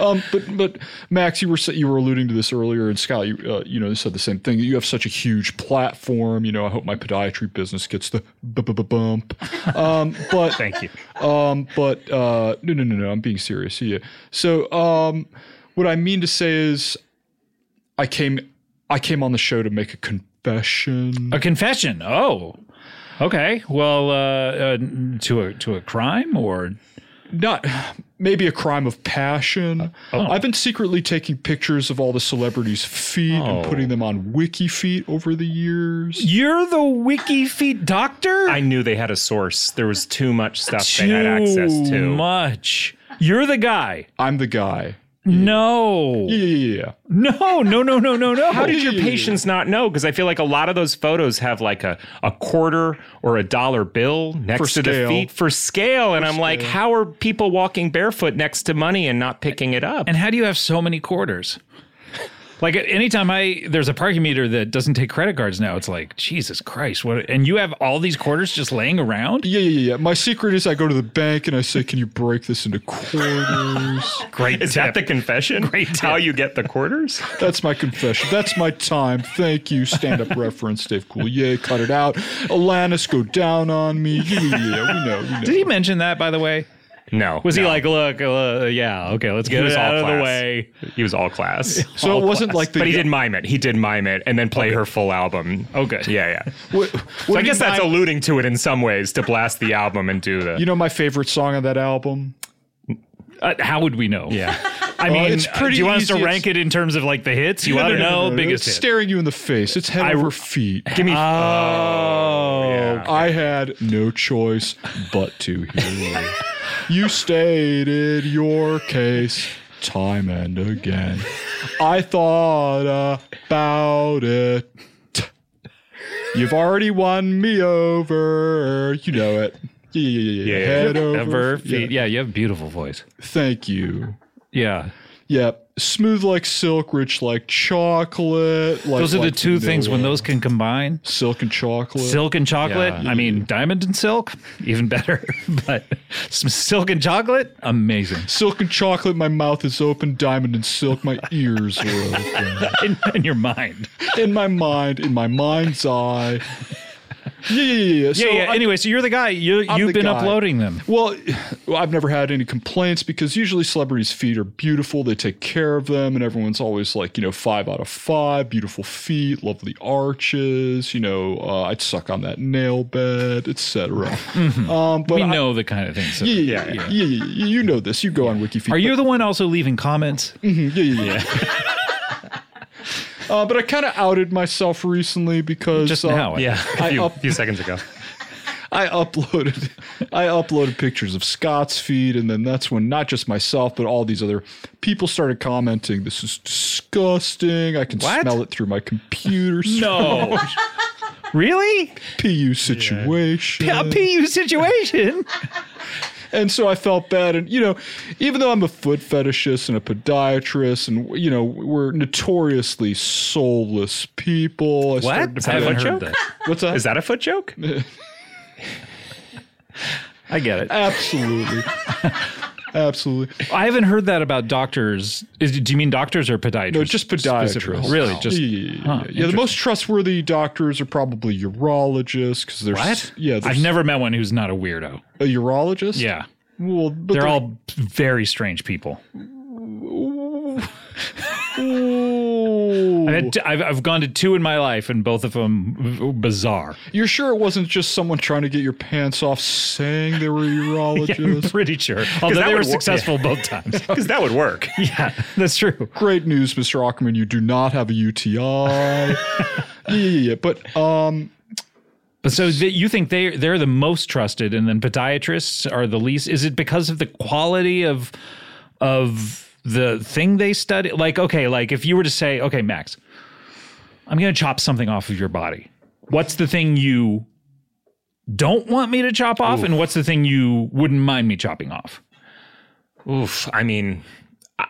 um, but but Max, you were sa- you were alluding to this earlier, and Scott, you uh, you know, you said the same thing. You have such a huge platform. You know, I hope my podiatry business gets the bu- bu- bu- bump. Um, but Thank you. Um, but uh, no, no, no, no. I'm being serious. Yeah. So, um, what I mean to say is, I came, I came on the show to make a confession. A confession. Oh, okay. Well, uh, uh, to a to a crime or Not maybe a crime of passion. oh. I've been secretly taking pictures of all the celebrities' feet and putting them on Wiki Feet over the years. you're the wiki feet doctor. I knew they had a source. There was too much stuff they had access to. much. You're the guy. I'm the guy. No, Yeah, yeah, yeah. no, no, no, no, no, no. How did your patients not know? Because I feel like a lot of those photos have like a, a quarter or a dollar bill next For to the scale. feet for scale. And I'm like, how are people walking barefoot next to money and not picking it up? And how do you have so many quarters? Like at any time I there's a parking meter that doesn't take credit cards now. It's like Jesus Christ, what? And you have all these quarters just laying around. Yeah, yeah, yeah, yeah. My secret is I go to the bank and I say, "Can you break this into quarters?" Great. Is that the confession? How you get the quarters? That's my confession. That's my time. Thank you. Stand up reference, Dave Coulier. Cut it out. Alanis, go down on me. Yeah, yeah, yeah, we know. We know. Did he mention that by the way? No. Was he no. like, look, uh, yeah, okay, let's get was it all out of the class. way. He was all class. [laughs] so it wasn't like the. But he did mime it. He did mime it and then play her full album. Oh, good. [laughs] Yeah, yeah. What, So I guess that's alluding to it in some ways to blast the album and do the. [laughs] You know my favorite song on that album. Uh, how would we know? Yeah. I mean, it's uh, pretty do you want us easy. to rank it in terms of like the hits? [laughs] You want to know biggest It's hit? staring you in the face. It's head over feet. [laughs] give me. oh, I had no choice but to hear. you stated your case time and again. I thought about it. You've already won me over. You know it. Yeah, yeah, yeah. yeah. Yeah. Head ever over feet. Yeah. you have a beautiful voice. Thank you. Yeah, Yeah, smooth like silk, rich like chocolate. Like, those are the like two things when vanilla. those can combine. silk and chocolate. Silk and chocolate. I mean, diamond and silk, even better. [laughs] but some silk and chocolate, amazing. [laughs] Silk and chocolate, my mouth is open. Diamond and silk, my ears are open. In, in your mind, In my mind, in my mind's eye. Yeah, yeah, yeah. yeah. So yeah, yeah. I- anyway, so you're the guy. You, I'm you've the been guy. uploading them. Well, well, I've never had any complaints because usually celebrities' feet are beautiful. They take care of them, and everyone's always like, you know, five out of five, beautiful feet, lovely arches. You know, uh, I'd suck on that nail bed, etc. Um, but Mm-hmm. We I- know the kind of things. that- yeah, yeah, yeah, yeah, yeah, You know this. You go on WikiFeet. Are you the one also leaving comments? Yeah, yeah, yeah. Uh, but I kind of outed myself recently because Just uh, now. Yeah, a I few, up- few [laughs] seconds ago. I uploaded I uploaded pictures of Scott's feed, and then that's when not just myself, but all these other people started commenting, This is disgusting. I can What? smell it through my computer [laughs] [laughs] No. really? PU situation. A PU situation? And so I felt bad. And, you know, even though I'm a foot fetishist and a podiatrist, and, you know, we're notoriously soulless people. I started I to feel- haven't a heard joke? that. What's that? Is that a foot [laughs] joke? I get it. Absolutely. [laughs] Absolutely. I haven't heard that about doctors. Is, do you mean doctors or podiatrists? No, just specifically? podiatrists. Really? Just yeah, yeah, yeah, huh, yeah. Yeah, The most trustworthy doctors are probably urologists because there's what? yeah, there's I've never met one who's not a weirdo. a urologist. Yeah. well, but They're all very strange people. [laughs] I've, had t- I've, I've gone to two in my life, and both of them w- bizarre. You're sure it wasn't just someone trying to get your pants off saying [laughs] they were a urologist? I'm [laughs] pretty sure. Although that they were would wor- successful both times. Because that would work. [laughs] yeah, that's true. Great news, Mr. Ackerman. You do not have a UTI. [laughs] yeah, yeah, yeah. But um, But so th- you think they they're the most trusted, and then podiatrists are the least? Is it because of the quality of of the thing they study? Like, okay, like if you were to say, okay, Max, I'm going to chop something off of your body. What's the thing you don't want me to chop off, and what's the thing you wouldn't mind me chopping off? Oof. I mean, I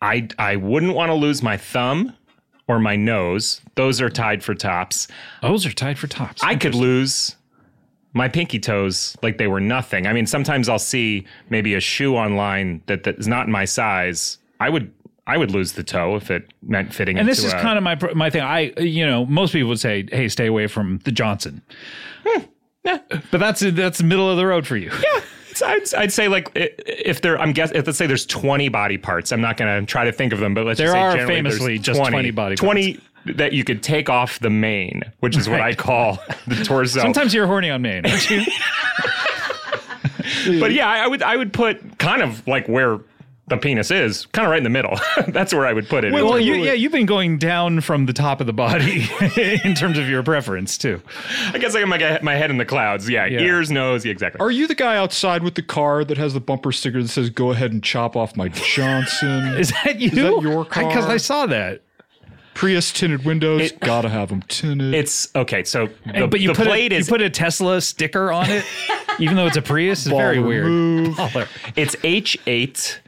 I, I wouldn't want to lose my thumb or my nose. Those are tied for tops. Those are tied for tops. I could lose my pinky toes like they were nothing. I mean, sometimes I'll see maybe a shoe online that, that is not my size. I would I would lose the toe if it meant fitting. and this into is a- kind of my pr- my thing. I you know most people would say, "Hey, stay away from the Johnson," but that's that's middle of the road for you. It's- I'd, I'd say like i- if there I'm guess if, let's say there's 20 body parts. I'm not going to try to think of them, but let's just There say are generally there's famously just 20 body parts. 20 that you could take off the mane, which is what I call [laughs] the torso. Sometimes you're horny on Maine. aren't you? but yeah, I, I would I would put kind of like where the penis is, kind of right in the middle. [laughs] That's where I would put it. well, you, yeah, you've been going down from the top of the body [laughs] in terms of your preference too. I guess I got my, my head in the clouds. Yeah, ears, nose, yeah, exactly. are you the guy outside with the car that has the bumper sticker that says "Go ahead and chop off [laughs] my Johnson"? Is that you? that your Because car? I saw that. Prius tinted windows, It- gotta have them tinted. it's okay. So the, but you the put blade a, is you put a Tesla sticker on it, even though it's a Prius. It's very weird. [laughs] removed. Baller. It's H eight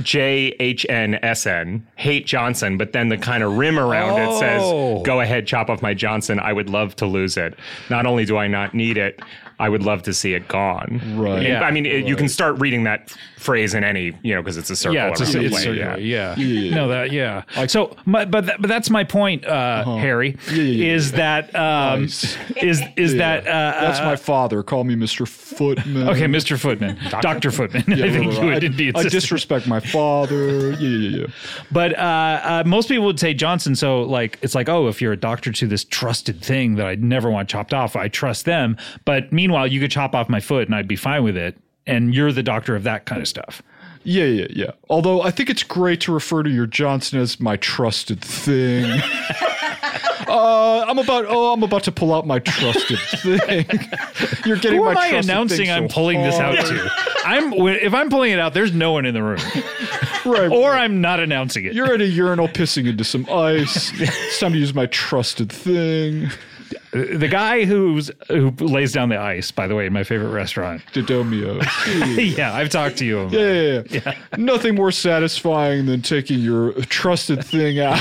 J H N S N. Hate Johnson, but then the kind of rim around it Oh. says, "Go ahead, chop off my Johnson. I would love to lose it. Not only do I not need it, I would love to see it gone." Right. Yeah, Yeah. I mean, it, you can start reading that phrase in any, you know, because it's a circle. Yeah, it's, around a, the it's blade, circular, yeah. yeah. No, that yeah. so, my, but that, but that's my point, uh, Harry. Uh-huh. yeah, is that um, Nice. is is Yeah. that uh, That's my father. Call me Mr. Footman. okay, Mr. Footman, Doctor Footman? [laughs] I think you would indeed. I, I sister. disrespect my father. Yeah, yeah, yeah. But uh, uh, most people would say Johnson. So like, it's like, oh, if you're a doctor to this trusted thing that I'd never want chopped off, I trust them. But meanwhile, you could chop off my foot and I'd be fine with it. And you're the doctor of that kind of stuff. Yeah, yeah, yeah. Although I think it's great to refer to your Johnson as my trusted thing. [laughs] uh, I'm about oh, I'm about to pull out my trusted thing. [laughs] You're getting Who my am I trusted thing announcing so I'm pulling this out hard. to? I'm if I'm pulling it out, there's no one in the room, Right. or I'm not announcing it. you're at a urinal pissing into some [laughs] ice. it's time to use my trusted thing. the guy who's who lays down the ice. By the way, in my favorite restaurant. [laughs] Didomio. Yeah. yeah, I've talked to you. about it. Yeah, yeah, yeah. Nothing more satisfying than taking your trusted thing out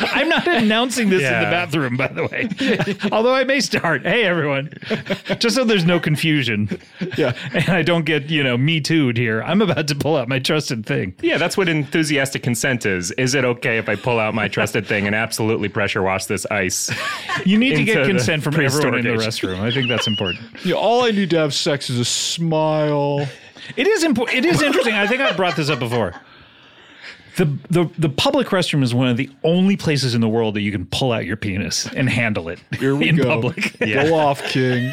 I'm not announcing this in Yeah. the bathroom, by the way. [laughs] Although I may start. Hey, everyone. Just so there's no confusion. Yeah. And I don't get, you know, me too'd here. I'm about to pull out my trusted thing. Yeah, that's what enthusiastic consent is. Is it okay if I pull out [laughs] my trusted thing and absolutely pressure wash this ice? You need to get Into the consent from everyone in the pre-storage. restroom. I think that's important. [laughs] Yeah, all I need to have sex is a smile. It is important. It is interesting. I think I brought this up before. The, the the public restroom is one of the only places in the world that you can pull out your penis and handle it Here [laughs] we in go. public. Go off, [laughs] King.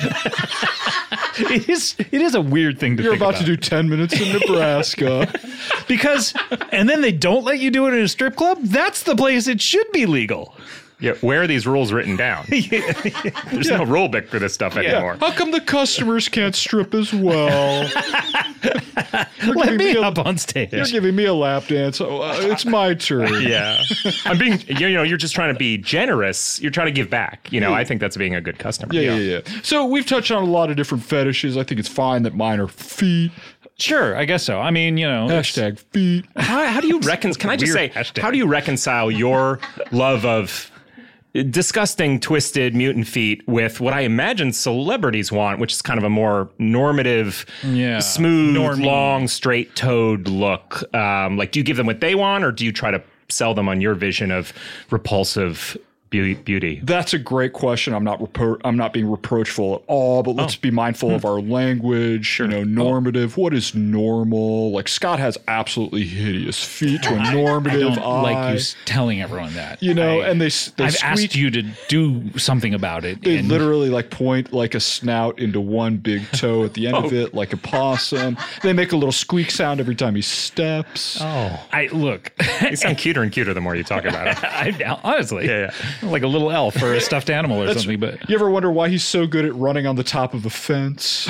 It is it is a weird thing to You're think about to do 10 minutes [laughs] in Nebraska. because and then they don't let you do it in a strip club. That's the place it should be legal. Yeah, where are these rules written [laughs] down? There's no rule book for this stuff anymore. How come the customers can't strip [laughs] as well? You're Let giving me a- up on stage. You're giving me a lap dance. Oh, uh, it's my [laughs] turn. Yeah. I'm being, you know, you're just trying to be generous. You're trying to give back. You know, I think that's being a good customer. Yeah, yeah, yeah. So we've touched on a lot of different fetishes. I think it's fine that mine are feet. Sure, I guess so. I mean, you know, it's- Hashtag feet. How, how do you recon? Can I just say? Weird hashtag. How do you reconcile your love of disgusting, twisted mutant feet with what I imagine celebrities want, which is kind of a more normative, Yeah. smooth, Normie. long, straight-toed look? Um, like, do you give them what they want, or do you try to sell them on your vision of repulsive beau- beauty? That's a great question. I'm not repro- I'm not being reproachful at all, but Oh. let's be mindful Hmm. of our language. You know, normative. What is normal? Like Scott has absolutely hideous feet to [laughs] a I normative don't like eye. you s- telling everyone that. You know, I- and they s- they I've squeak- asked you to do something about it. They and- literally like point like a snout into one big toe at the [laughs] end Oh. of it, like a possum. They make a little squeak sound every time he steps. Oh. I look. [laughs] You sound cuter and cuter the more you talk about it. I, honestly, Yeah, like a little elf or a stuffed animal or something. [laughs] But You ever wonder why he's so good at running on the top of a fence?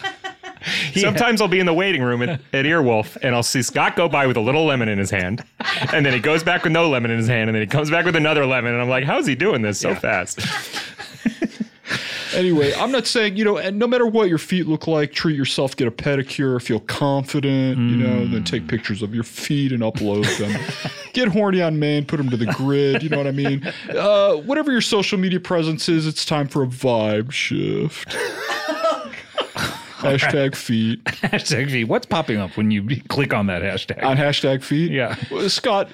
[laughs] Sometimes I'll be in the waiting room at, at Earwolf and I'll see Scott go by with a little lemon in his hand. And then he goes back with no lemon in his hand. And then he comes back with another lemon. And I'm like, how's he doing this so fast? [laughs] anyway, I'm not saying, you know, and no matter what your feet look like, treat yourself, get a pedicure, feel confident, you know, then take pictures of your feet and upload them. get horny on Maine, put them to the grid, you know what I mean? Uh, whatever your social media presence is, it's time for a vibe shift. hashtag feet. hashtag V, what's popping up when you click on that hashtag? On hashtag feet? Yeah. Well, Scott,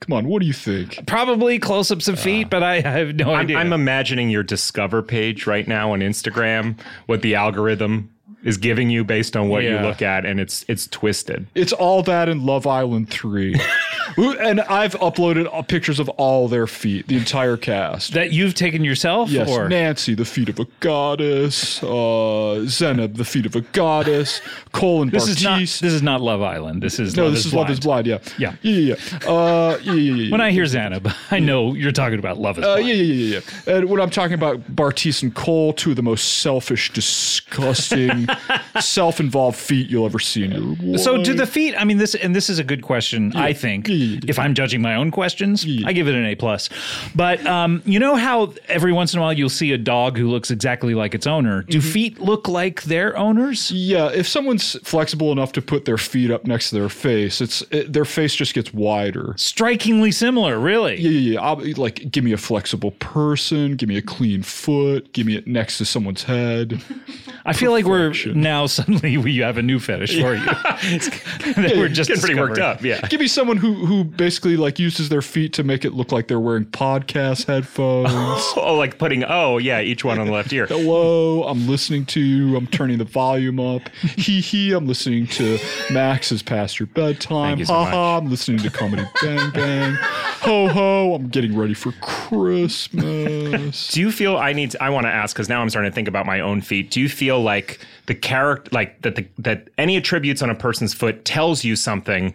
come on, what do you think? Probably close-ups of feet, but I, I have no I'm, idea. I'm imagining your Discover page right now on Instagram, what the algorithm is giving you based on what Yeah. you look at. And it's it's twisted. It's all that in Love Island [laughs] 3. Ooh, and I've uploaded all- pictures of all their feet, the entire cast. that you've taken yourself, Yes, or Nancy, the feet of a goddess. Uh, Zenob, the feet of a goddess. Cole and this is not Bartice. this is not Love Island. This is no, Love this is is Love is Blind. Yeah, Yeah. yeah, yeah. Uh, yeah, yeah, yeah, yeah. When I hear Xanab, I know you're talking about Love is Uh, Blind. yeah, yeah, yeah, yeah, yeah. And when I'm talking about Bartice and Cole, two of the most [laughs] selfish, disgusting, self-involved feet you'll ever see in your life. So do the feet? I mean, this and this is a good question. I think Yeah, yeah, yeah. if I'm judging my own questions, I give it an A plus. But um, you know how every once in a while you'll see a dog who looks exactly like its owner. Do feet look like their owners? Yeah, if someone's flexible enough to put their feet up next to their face, it's it, their face just gets wider. Strikingly similar, really. Yeah, yeah, yeah. I'll, be like, give me a flexible person, give me a clean foot, give me it next to someone's head. I feel like we're now [laughs] suddenly we have a new fetish [laughs] for you. [laughs] that we're just Getting pretty worked discovering. [laughs] up. Yeah. [laughs] give me someone who who basically like uses their feet to make it look like they're wearing podcast headphones. Oh, like putting, oh, yeah, each one on [laughs] the left ear. Hello, I'm listening to you. I'm turning the volume up. Hee hee, I'm listening to Max's Past Your Bedtime. Thank you so ha ha, I'm listening to Comedy Bang Bang. Ho ho, I'm getting ready for Christmas. [laughs] Do you feel I need? I want to ask because now I'm starting to think about my own feet. Do you feel like the character, like that, the, that any attributes on a person's foot tells you something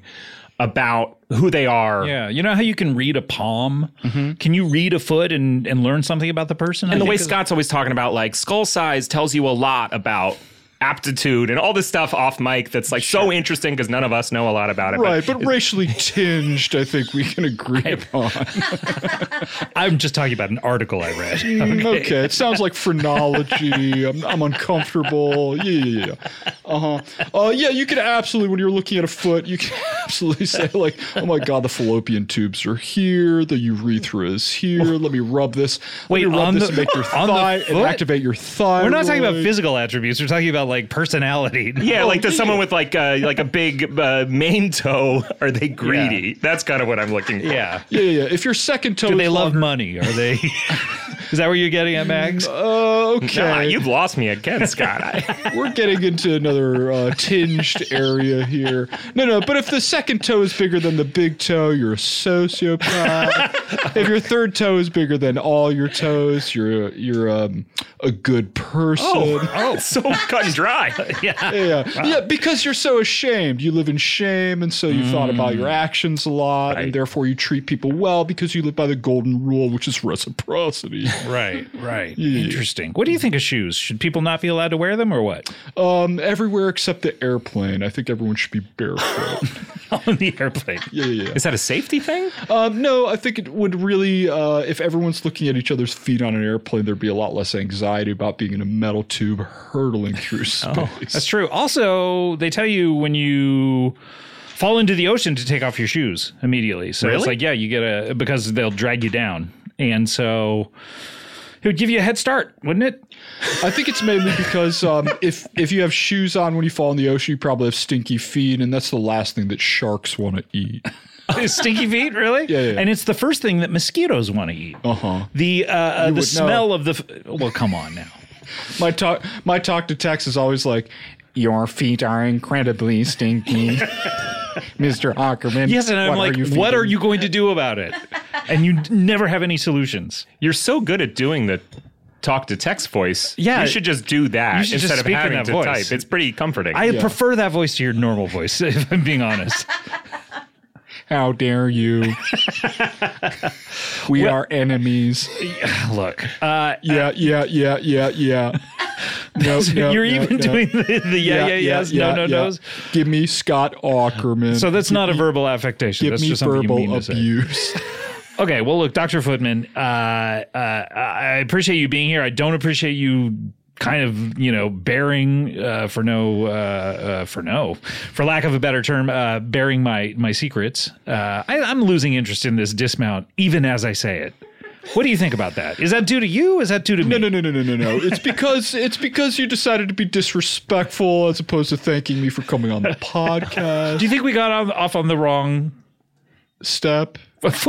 about who they are? Yeah, you know how you can read a palm? Can you read a foot and, and learn something about the person? Mm-hmm. And the way Scott's always talking about, like skull size, tells you a lot about aptitude and all this stuff off mic. That's like so interesting because none of us know a lot about it. right, but racially tinged, I think we can agree upon. I'm just talking about an article I read. Mm, Okay. it sounds like phrenology. I'm, I'm Uh-huh. uncomfortable. Yeah, yeah, yeah. Uh huh. Uh, yeah, you can [laughs] absolutely, when you're looking at a foot, you can absolutely say like, "Oh my God, the fallopian tubes are here. The urethra is here. Let me rub this. Wait, let me rub on this the- and make your [laughs] on the thigh and foot? activate your thigh." We're not talking about physical attributes. We're talking about like personality. [laughs] [laughs] Yeah, like does someone with like uh, like a big uh, main toe are they greedy? That's kind of what I'm looking for. Yeah. Yeah, yeah. yeah. If your second toe, Do is they love longer- money? Are [laughs] they? is that where you're getting at, Max? Uh, okay, Nah, you've lost me again, Scott. I- we're getting into another uh, tinged area here. No, no, but if the second toe is bigger than the big toe, you're a sociopath. if your third toe is bigger than all your toes, you're a, you're um, a good person. oh, [laughs] so cut and dry. Yeah, yeah, because you're so ashamed. You live in shame, and so you thought about your actions a lot, Mm. Right. and therefore you treat people well because you live by the golden rule, which is reciprocity. [laughs] Right, right. Interesting. What do you think of shoes? Should people not be allowed to wear them or what? [laughs] um, everywhere except the airplane. I think everyone should be barefoot. On the airplane. yeah, yeah, yeah. Is that a safety thing? Um, no, I think it would really, uh, if everyone's looking at each other's feet on an airplane, there'd be a lot less anxiety about being in a metal tube hurtling [laughs] Oh. through That's space. true. Also, they tell you when you fall into the ocean to take off your shoes immediately. So it's Really? like, yeah, you get a because they'll drag you down. And so it would give you a head start, wouldn't it? [laughs] I think it's mainly because um, [laughs] if if you have shoes on when you fall in the ocean, you probably have stinky feet, and that's the last thing that sharks want to eat. Stinky feet, really? Yeah, yeah, yeah. And it's the first thing that mosquitoes want to eat. Uh-huh. The uh, uh, the would know. smell of the f- well, come on now. My talk, my talk to Tex is always like, "Your feet are [laughs] incredibly stinky, Mister Ackerman." Yes, and I'm like, what are feeding?" you going to do about [laughs] it? And you d- never have any solutions. You're so good at doing the talk to text voice. Yeah. you should just do that You should just instead of speak in having that to voice. type. It's pretty comforting. I prefer that voice to your normal voice, [laughs] if I'm being honest. How dare [laughs] you? we are enemies. Look, uh, [laughs] Yeah, yeah, yeah, yeah, yeah. No, no, you're no, even no. doing the, the yeah, yeah, yes, no, no, yeah. no's. Give me Scott Ackerman. So that's not a verbal affectation. give That's me just something you mean verbal to say. [laughs] abuse. [laughs] Okay, well, look, Dr. Footman, uh, uh, I appreciate you being here. I don't appreciate you kind of, you know, bearing uh, for no, uh, uh, for no, for lack of a better term, uh, bearing my my secrets. Uh, I, I'm losing interest in this dismount, even as I say it. What do you think about that? Is that due to you? Is that due to me? No, no, no, no, no, no, no. It's because it's because you decided to be disrespectful as opposed to thanking me for coming [laughs] on the podcast. Do you think we got on, off on the wrong Step. foot?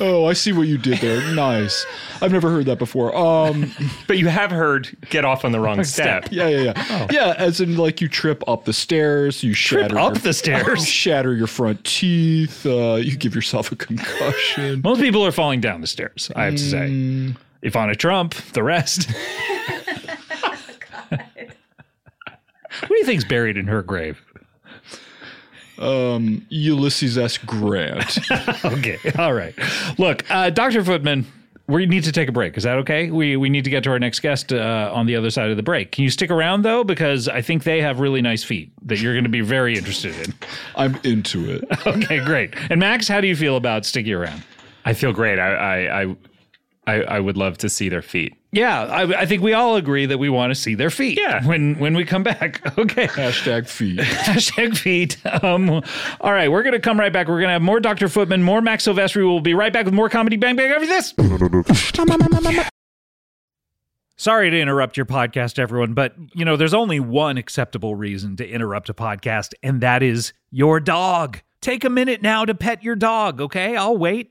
Oh, I see what you did there. Nice. I've never heard that before. Um, but you have heard get off on the wrong step. yeah, yeah, yeah. Oh. Yeah, as in like you trip up the stairs, you shatter up your- the You stairs. shatter your front teeth. Uh, you give yourself a concussion. Most people are falling down the stairs, I have to say. Ivana Trump, the rest. [laughs] Who do you think's buried in her grave? Ulysses S. Grant. Okay, [laughs] all right. Look, uh, Dr. Footman, we need to take a break. Is that okay? We, we need to get to our next guest uh, on the other side of the break. Can you stick around, though? Because I think they have really nice feet that you're going to be very interested in. I'm into it. Okay, great. And Max, how do you feel about sticking around? I feel great. I, I, I, I, I would love to see their feet. Yeah, I, I think we all agree that we want to see their feet Yeah. when when we come back. [laughs] Okay. Hashtag feet. Hashtag feet. Um, all right, we're going to come right back. We're going to have more Dr. Footman, more Max Silvestri. We'll be right back with more Comedy Bang Bang after this. Sorry to interrupt your podcast, everyone, but you know, there's only one acceptable reason to interrupt a podcast, and that is your dog. Take a minute now to pet your dog, okay? I'll wait.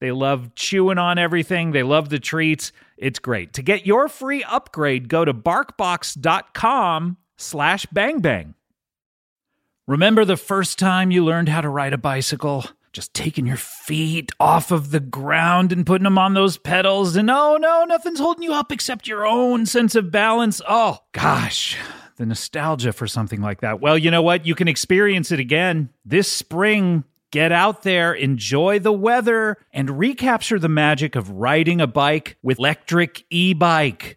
They love chewing on everything. They love the treats. It's great. To get your free upgrade, go to barkbox.com slash bangbang. Remember the first time you learned how to ride a bicycle? Just taking your feet off of the ground and putting them on those pedals, and oh no, nothing's holding you up except your own sense of balance. Oh gosh, the nostalgia for something like that. Well, you know what? You can experience it again this spring. Get out there, enjoy the weather, and recapture the magic of riding a bike with electric e bike.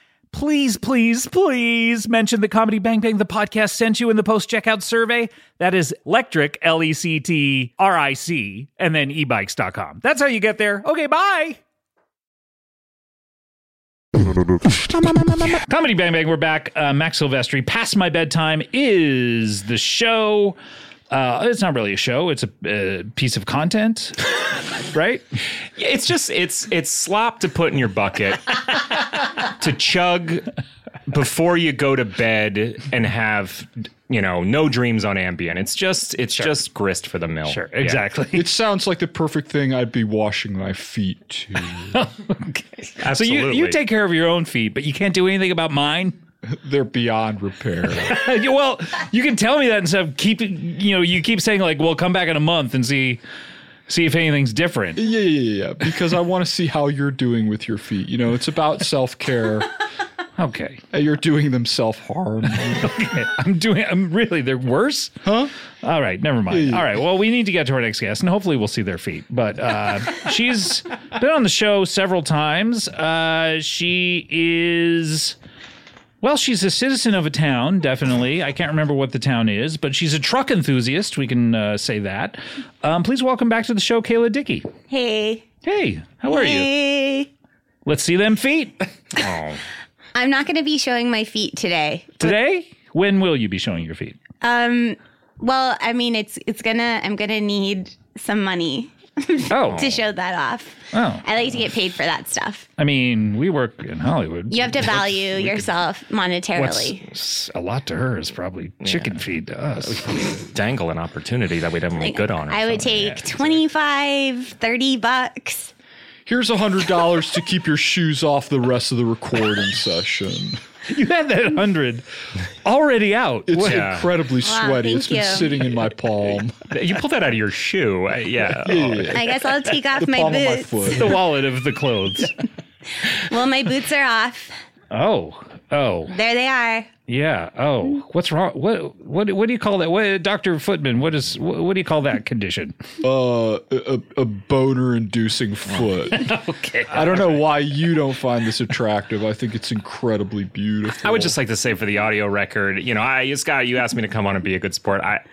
please, please, please mention the Comedy Bang Bang the podcast sent you in the post checkout survey. That is electric, L E C T R I C, and then e ebikes.com. That's how you get there. Okay, bye. Comedy Bang Bang, we're back. Uh, Max Silvestri, Past My Bedtime is the show. Uh, it's not really a show, it's a uh, piece [laughs] of content, right? It's just it's it's slop to put in your bucket to chug before you go to bed and have you know no dreams on Ambien. It's just it's just grist for the mill. Sure, [laughs] Yeah. exactly. It sounds like the perfect thing I'd be washing my feet to. Okay. So you, you Absolutely. take care of your own feet, but you can't do anything about mine? They're beyond repair. [laughs] You- well, you can tell me that and stuff. Keep you know, you keep saying like, "Well, come back in a month and see see if anything's different." Yeah, yeah, yeah, yeah. Because I want to see how you're doing with your feet. You know, it's about self care. Okay, [laughs] You're doing them self harm. I'm doing. I'm really. They're worse. Huh? All right, never mind. Yeah. All right, well, we need to get to our next guest, and hopefully, we'll see their feet. But [laughs] uh, she's been on the show several times. Uh, she is. Well, she's a citizen of a town, definitely. I can't remember what the town is, but she's a truck enthusiast. We can uh, say that. Um, please welcome back to the show, Kayla Dickey. Hey. Hey, how are you? Hey. Let's see them feet I'm not going to be showing my feet today. today. When will you be showing your feet? Well, I mean, it's it's gonna. I'm gonna need some money Oh, [laughs] to show that off. oh. I like to get paid for that stuff. I mean, we work in Hollywood. You have to value yourself monetarily. What's a lot to her is probably chicken feed to us. [laughs] Dangle an opportunity that we didn't make good on. or I would something. take twenty-five, thirty 25, 30 bucks. Here's a hundred dollars to keep your shoes off the rest of the recording session. You had that hundred already out. It's What- Yeah. incredibly Wow, sweaty. thank It's been you. [laughs] sitting in my palm. You pulled that out of your shoe. Uh, yeah. Oh, Yeah, I guess I'll take off the my palm of my boots. The foot. wallet of the clothes. well, my boots are off. Oh, oh, There they are. yeah. Oh, what's wrong? What, what, what do you call that? What, Doctor Footman? What is? What, what do you call that condition? Uh, a, a boner-inducing foot. okay. I don't know why you don't find this attractive. I think it's incredibly beautiful. I would just like to say for the audio record, you know, I Scott, you asked me to come on and be a good sport. I,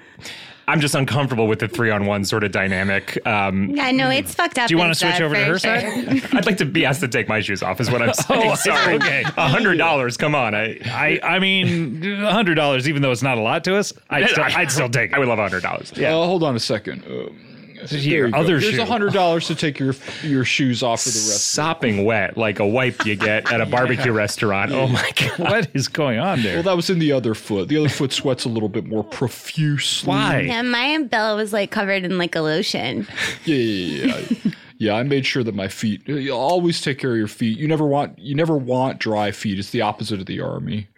I'm just uncomfortable with the three on one sort of dynamic. Um, I know it's fucked up. Do you want to switch and stuff, over to for her sure. side? [laughs] I'd like to be asked to take my shoes off, is what I'm saying. Sorry. [laughs] okay. A hundred dollars. Come on. I, I, I mean, hundred dollars, even though it's not a lot to us, [laughs] I'd still, I'd still take I it. would love a hundred dollars. Uh, hold on a second. Um, there your you go. other There's shoe. a hundred dollars to take your your shoes off for the rest. Sopping wet, like a wipe you get at a barbecue restaurant. Oh my god. What is going on there? Well, that was in the other foot. The other foot sweats a little bit more profusely. Why? Yeah, my umbrella was like covered in like a lotion. Yeah, yeah, yeah, yeah. Yeah, I made sure that my feet. uh, You always take care of your feet. You never want you never want dry feet. It's the opposite of the army.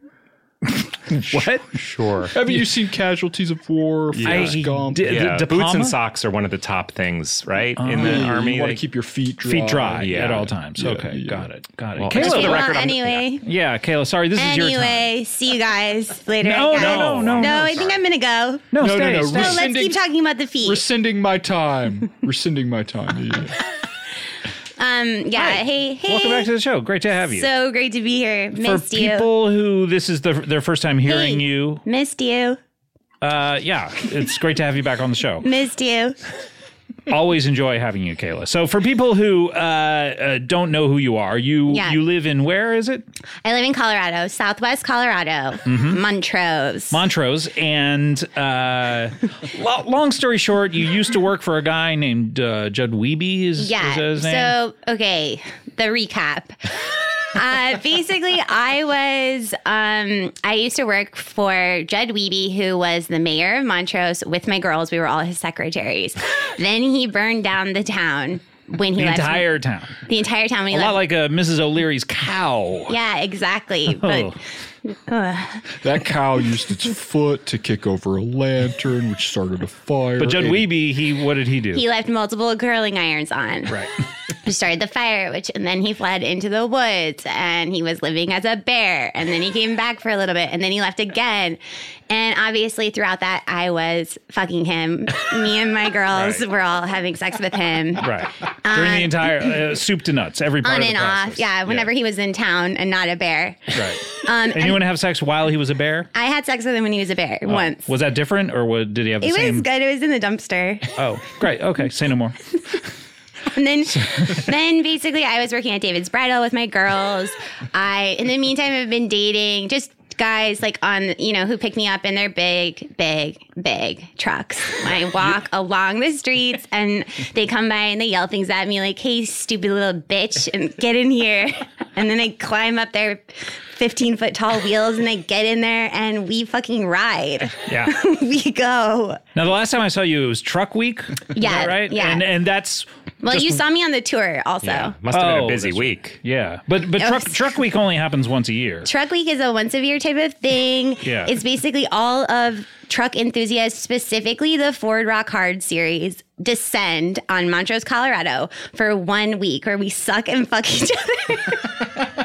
What? Sure. Haven't you seen casualties of war? Forrest I Gump. did- Yeah, De boots Palma? Oh. and socks are one of the top things, right? in the Yeah, army, you want they- to keep your feet dry. Feet dry Yeah. at all times. okay, yeah. got it. Got it. Well, Kayla, just for the Okay, record, well, I'm- anyway. yeah, Kayla. Sorry, this is your time. Anyway, see you guys later. No, I guess. no, no, no, No, no, I think I'm going to go. No, No, stay, no, no, stay. So let's Rescinding- keep talking about the feet. Rescinding my time. Rescinding my time. Yeah. Um, yeah. Hey, hey. Welcome back to the show. Great to have you. So great to be here. For Missed you. people who this is the, their first time hearing Hey. you, Missed you. uh, yeah, it's great to have you back on the show. Missed you. Always enjoy having you, Kayla. So for people who uh, uh, don't know who you are, you Yeah. you live in where is it? I live in Colorado, Southwest Colorado, Mm-hmm. Montrose. Montrose. And uh, [laughs] lo- long story short, you used to work for a guy named uh, Judd Weeby. Is, yeah. is that his name? So, okay, the recap. uh, basically, I was um, I used to work for Judd Wiebe, who was the mayor of Montrose. With my girls, we were all his secretaries. then he burned down the town when he the left. entire town. the entire town. When he A lot left. like uh, Mrs. O'Leary's cow. [laughs] yeah, exactly. Oh. But That cow used its foot to kick over a lantern, which started a fire. But Judd It- Weeby, he what did he do? he left multiple curling irons on. [laughs] right. who started the fire, which and then he fled into the woods and he was living as a bear. And then he came back for a little bit and then he left again. And obviously throughout that I was fucking him. Me [laughs] and my girls were all having sex with him. Right. During the [laughs] entire uh, soup to nuts, every part Um, On of the and off. process. Yeah, whenever he was in town and not a bear. Right. [laughs] Um And you want to have sex while he was a bear? Oh. I had sex with him when he was [laughs] a bear once. Was that different, or what, did he have the it same? was good. It was in the dumpster. Oh, great. Okay, say no [laughs] more. And then, [laughs] then basically, I was working at David's Bridal with my girls. I, in the meantime, have been dating just guys like on you know who pick me up in their big, big, big trucks. [laughs] I walk along the streets, and they come by and they yell things at me like, "Hey, stupid little bitch, and get in here!" [laughs] And then I climb up their. 15 foot tall wheels, and I get in there and we fucking ride. [laughs] [laughs] Yeah. we go. Now, the last time I saw you, it was Truck Week. Is that Yeah, right. yeah. And and that's Well, just- you saw me on the tour also. yeah, must have been Oh, a busy that's week. yeah. But but It Truck was- Truck Week only happens once a year. Truck Week is a once a year type of thing. [laughs] Yeah. It's basically all of truck enthusiasts, specifically the Ford Rock Hard series, descend on Montrose, Colorado for one week where we suck and fuck each other. [laughs]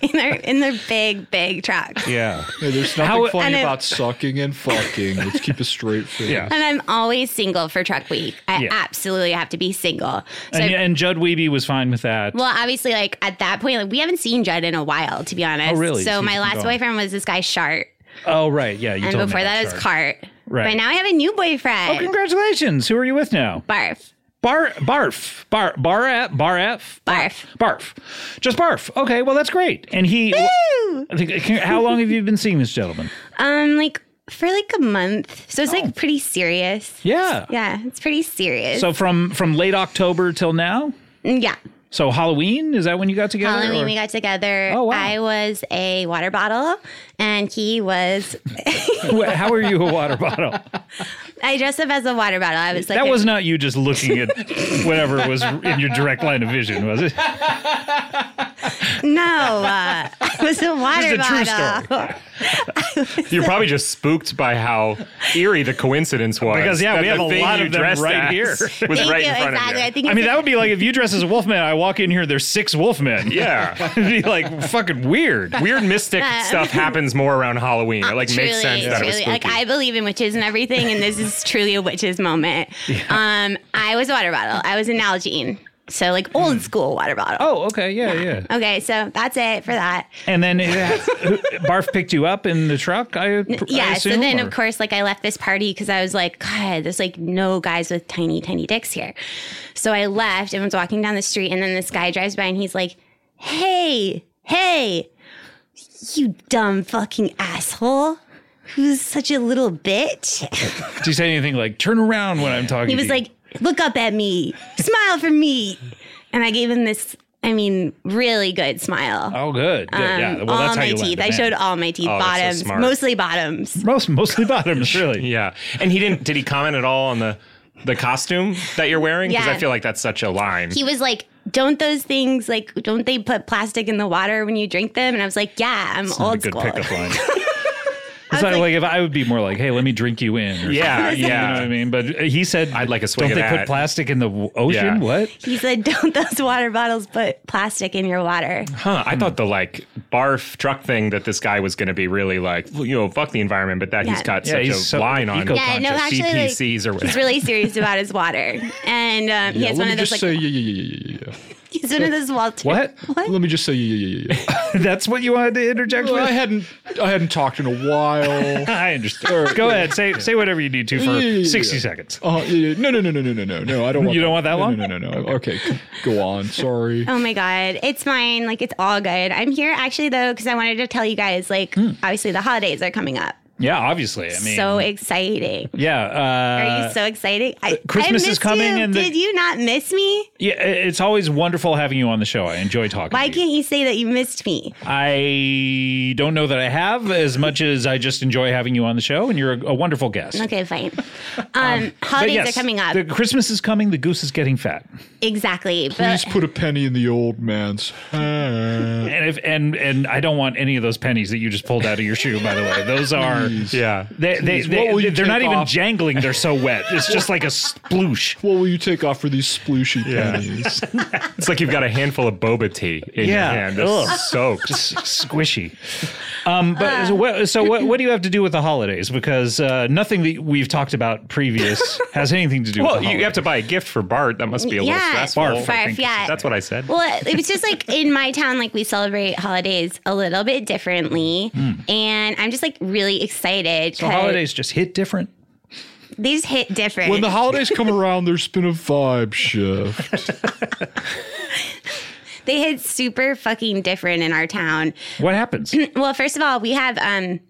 In their in their big big trucks, Yeah. Hey, there's nothing How- funny and it- about sucking and fucking. Let's keep [laughs] a straight face. Yeah. and I'm always single for Truck Week. I Yeah. absolutely have to be single. So And, I- and Judd Weeby was fine with that. Well, obviously, like at that point, like we haven't seen Judd in a while, to be honest. Oh, really? So He's my been last gone. boyfriend was this guy Shart, oh, right. Yeah. You and told before me that, it was Cart. Right. But now I have a new boyfriend. Oh, congratulations. Who are you with now? Barf. Bar barf bar bar at bar F Barf. barf, just barf. Okay, well that's great. And [laughs] he, Woo! I think- how long have you been seeing this gentleman? Um, like for like a month. So it's Oh. like pretty serious. Yeah. Yeah, it's pretty serious. Mm, So from from late October till now. yeah. So Halloween is that when you got together? Halloween or- we got together. Oh, wow. I was a water bottle and he was Wh- How are you a [laughs] water bottle? I dressed up as a water bottle. I was like that a- was not you just looking at whatever was in your direct line of vision, was it? no, uh, I was a [laughs] water This is a true bottle. You're probably just spooked by how eerie the coincidence was. Because, yeah, that we have the a thing lot you of them dressed right as here. [laughs] Was Thank right you, in front exactly. of I you. think I it's mean, a- that would be like if you dress as a wolfman, I walk in here, there's six wolfmen. Yeah. [laughs] It'd be like fucking weird. Weird mystic stuff happens more around Halloween. It like makes Uh, Truly, sense that it was truly. spooky. Like I believe in witches and everything, and this is truly a witches [laughs] moment. Um, I was a water bottle. I was an Nalgene, so like Hmm. old school water bottle. Oh, okay, yeah, yeah. Okay, so that's it for that. And then uh, [laughs] Barf picked you up in the truck. I, I Yeah. So assume, then, or- of course, like I left this party because I was like, God, there's like no guys with tiny, tiny dicks here. So I left and was walking down the street, and then this guy drives by and he's like, Hey, hey, you dumb fucking asshole. Who's such a little bitch? Did he say anything like "turn around" when I'm talking? He was to you?" like, "Look up at me, smile for me," and I gave him this. I mean, really good smile. "Oh, good, yeah." yeah. Um, Well, all that's how my you Land, teeth. a I man. [laughs] showed all my teeth, Oh, that's so bottoms, smart. mostly bottoms. [laughs] most mostly bottoms, really. yeah. And he didn't did he comment at all on the the costume that you're wearing? Because Yeah. I feel like that's such a line. He was like, "Don't those things like don't they put plastic in the water when you drink them?" And I was like, "Yeah, I'm Not old a good school." pickup line. It's not like, if I would be more like, hey, let me drink you in. [laughs] or yeah, something, You know what yeah. I mean? But uh, he said, I'd like a swig Don't of they put that." plastic in the w- ocean? Yeah. What? He said, "Don't those water bottles put plastic in your water?" Huh, I thought the like barf truck thing that this guy was going to be really like, well, you know, fuck the environment, but that Yeah. he's got Yeah, such he's a so line on eco- Yeah, [laughs] no, Conscious. actually, like, CPCs or he's whatever. really serious about his water, and um, he Yeah, has let one me of those just like say yeah, yeah, yeah, yeah, yeah, [laughs] he's one of those Walter. What? yeah. Let me just say yeah, yeah, yeah, yeah. That's what you wanted to interject Well, I with? hadn't, I hadn't talked in a while. I [laughs] [laughs] understand. Go ahead. Say say whatever you need to Yeah, yeah, for yeah, 60 yeah. seconds. Oh, Uh, yeah, yeah. no, no, no, no, no, no, no, no. I don't want. [laughs] You don't want that no, long? No, no, no, no. Okay, go on. Sorry. Oh my God. It's fine. Like, it's all good. I'm here actually, though, because I wanted to tell you guys, like, obviously the holidays are coming up. Yeah, obviously. Hmm. I mean, so exciting. yeah. Uh, Are you so excited? I, Christmas I is missed coming You. and the- Did you not miss me? yeah, i- it's always wonderful having you on the show. I enjoy talking. Why to you. can't you say that you missed me? I don't know that I have as much as I just enjoy having you on the show, and you're a, a wonderful guest. Okay, [laughs] fine. Um, But holidays yes, are coming up. The Christmas is coming. The goose is getting fat, exactly. But Please put a penny in the old man's hand. and if and and I don't want any of those pennies that you just pulled out of your shoe. By the way, [laughs] those are yeah. they, they, Please, what will they you they're not take even off? jangling. They're so wet. It's just like a sploosh. What will you take off for these splooshy Yeah. pennies? [laughs] It's like you've got a handful of boba tea in Yeah. your hand. That's Ugh. soaked. S- squishy. Um, but so, what, so what, what do you have to do with the holidays? Because uh, nothing that we've talked about previous has anything to do Well, with the you have to buy a gift for Bart. That must be a little Yeah, stressful. barf, I think. yeah. That's what I said. Well, it was just like in my town, like we celebrate holidays a little bit differently. And I'm just like really Hmm. excited. So 'cause holidays just hit different. They just hit different. when the holidays come around, there's been a vibe shift. they hit super fucking different in our town. What happens? Well, first of all, we have um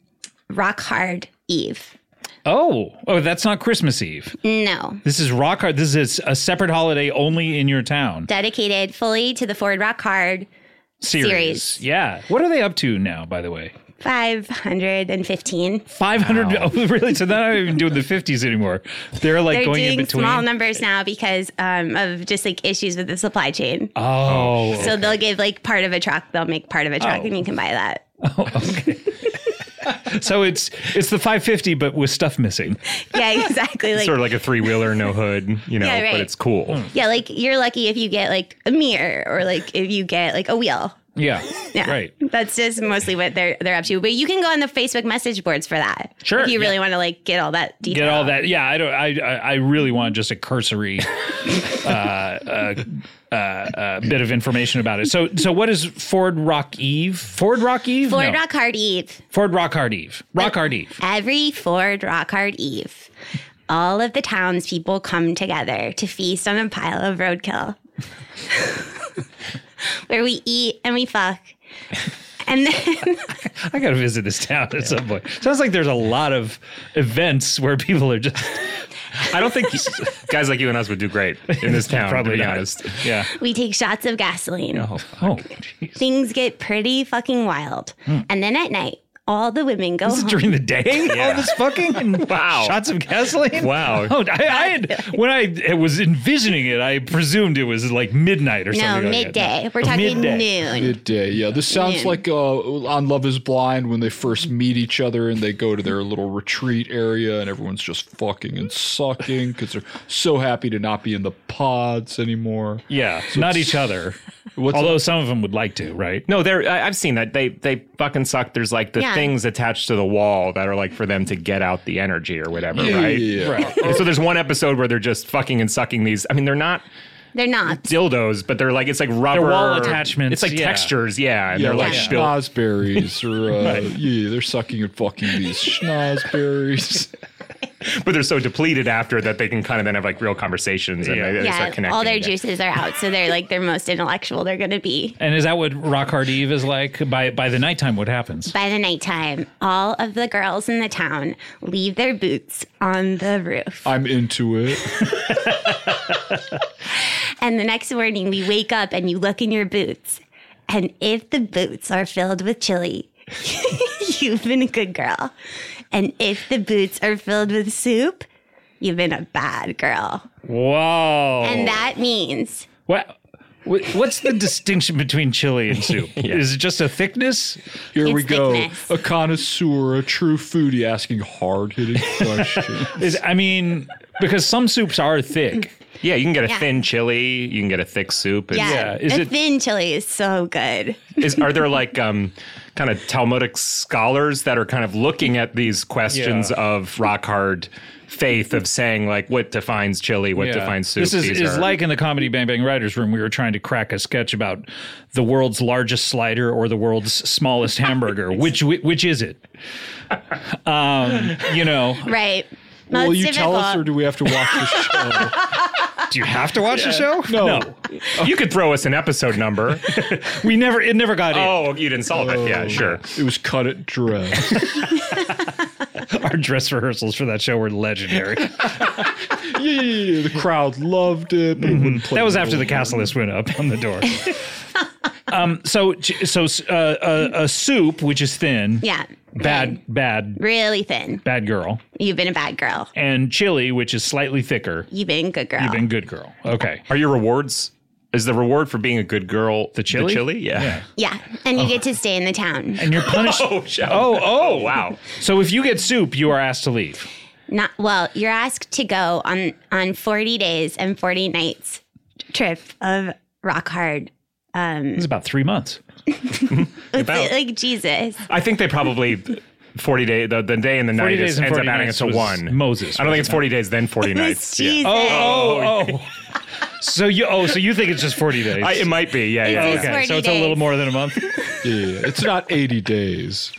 Rock Hard Eve. oh, oh, that's not Christmas Eve. No. This is rock hard. This is a separate holiday only in your town. Dedicated fully to the Ford Rock Hard Series. Series. Yeah. What are they up to now? By the way, 515. five hundred. Oh, [laughs] really? So they're not even doing the fifties anymore. They're like They're going in doing between. small numbers now because um, of just like issues with the supply chain. oh, So they'll give like part of a truck, they'll make part of a truck, Oh. and you can buy that. so it's it's the five fifty, but with stuff missing. Yeah, [laughs] exactly. Like, sort of like a three wheeler, no hood, you know, Yeah, right. but it's cool. yeah, like you're lucky if you get like a mirror or like if you get like a wheel. Yeah. Yeah. Right. That's just mostly what they're they're up to. But you can go on the Facebook message boards for that. Sure, If you really yeah. want to like get all that detail. get all that. Yeah, I don't. I I, I really want just a cursory [laughs] uh, uh, uh, uh, bit of information about it. So so what is Ford Rock Eve? Ford Rock Eve. Ford No. Rock Hard Eve. Ford Rock Hard Eve. Rock Hard Eve. Every Ford Rock Hard Eve, all of the townspeople come together to feast on a pile of roadkill. [laughs] Where we eat and we fuck. And then [laughs] I gotta visit this town at some point. Sounds like there's a lot of events where people are just I [laughs] don't think [laughs] guys like you and us would do [laughs] great in this town, Probably to be not. honest. yeah. we take shots of gasoline. Oh, Things get pretty fucking wild. And then at night, all the women go Hmm. this is home. [laughs] during the day. All this fucking [laughs] and Wow. Shots of gasoline. Wow. [laughs] Oh, I, I had when I was envisioning it, I presumed it was like midnight or no, something. like that. midday. We're Oh, talking midday. noon. Midday. Yeah, this sounds Yeah. like uh, on Love Is Blind when they first meet each other and they go to their little retreat area and everyone's just fucking and sucking because they're so happy to not be in the pods anymore. Yeah, not each [laughs] other. Although some of them would like to, right? No, they're, I, I've seen that. They they fucking suck. There's like the Yeah. things attached to the wall that are like for them to get out the energy or whatever, right? Yeah. [laughs] And so there's one episode where they're just fucking and sucking these. I mean, they're not They're not. dildos, but they're like it's like rubber wall attachments, It's like yeah. textures, yeah. And Yeah, they're like like Yeah. built. schnozberries, [laughs] or uh, yeah, they're sucking and fucking these [laughs] schnozberries. but they're so depleted after that they can kind of then have like real conversations and they, they start Yeah, connecting. all their again. juices are out, so they're like their most intellectual they're going to be. And is that what Rock Hard Eve is like? By by the nighttime, what happens? By the nighttime, all of the girls in the town leave their boots on the roof. I'm into it. And the next morning, we wake up and you look in your boots. And if the boots are filled with chili, [laughs] you've been a good girl. And if the boots are filled with soup, You've been a bad girl. Whoa. And that means What? wh- What's the distinction between chili and [laughs] soup? Is it just a thickness? Here we It's go. thickness. A connoisseur, a true foodie asking [laughs] hard hitting questions. Is I mean, because some soups are thick. Yeah, you can get a Yeah. thin chili. You can get a thick soup. It's- yeah, is the it- thin chili is so good. [laughs] Is, are there like um, kind of Talmudic scholars that are kind of looking at these questions Yeah. of rock hard faith of saying like what defines chili, what defines soup? This is, These is are- like in the Comedy Bang Bang Writers Room. We were trying to crack a sketch about the world's largest slider or the world's smallest [laughs] hamburger. which whi- which is it? Um, you know, Right. Well, Will it's you tell us, difficult. or do we have to watch the [laughs] show? do you have to watch the show? No. you could throw us an [laughs] episode number. we never. It never got oh, you didn't solve it. Yeah, sure. It was cut at dress. in. Our [laughs] dress rehearsals for that show were legendary. yeah, yeah, yeah, The crowd loved it, but it wouldn't play. that was it after the over. castle list went up on the [laughs] door. um, so ch- so uh, uh, a soup which is thin. Yeah. Bad bad Really thin. bad girl You've been a bad girl. and chili which is slightly thicker. You've been a good girl. You've been good girl. Okay. [laughs] Are your rewards? Is the reward for being a good girl the chili? Yeah. yeah. And you Oh. get to stay in the town. And you're punished. [laughs] Oh, oh, oh, wow. So if you get soup, you are asked to leave. Not well, you're asked to go on on 40 days and 40 nights trip of rock hard. It's about three months. It's About. like Jesus. I think they probably 40 day the, the day and the night days is, and ends up 40 adding it nights to was one. Moses, I don't think it's 40 days [laughs] then 40 It's nights. Jesus. Yeah. Oh, oh. so you oh so you think it's just forty days? I, it might be. Yeah, yeah. It's yeah. just- okay, 40 so it's a little days. more than a month. [laughs] Yeah, yeah, it's not [laughs] eighty days.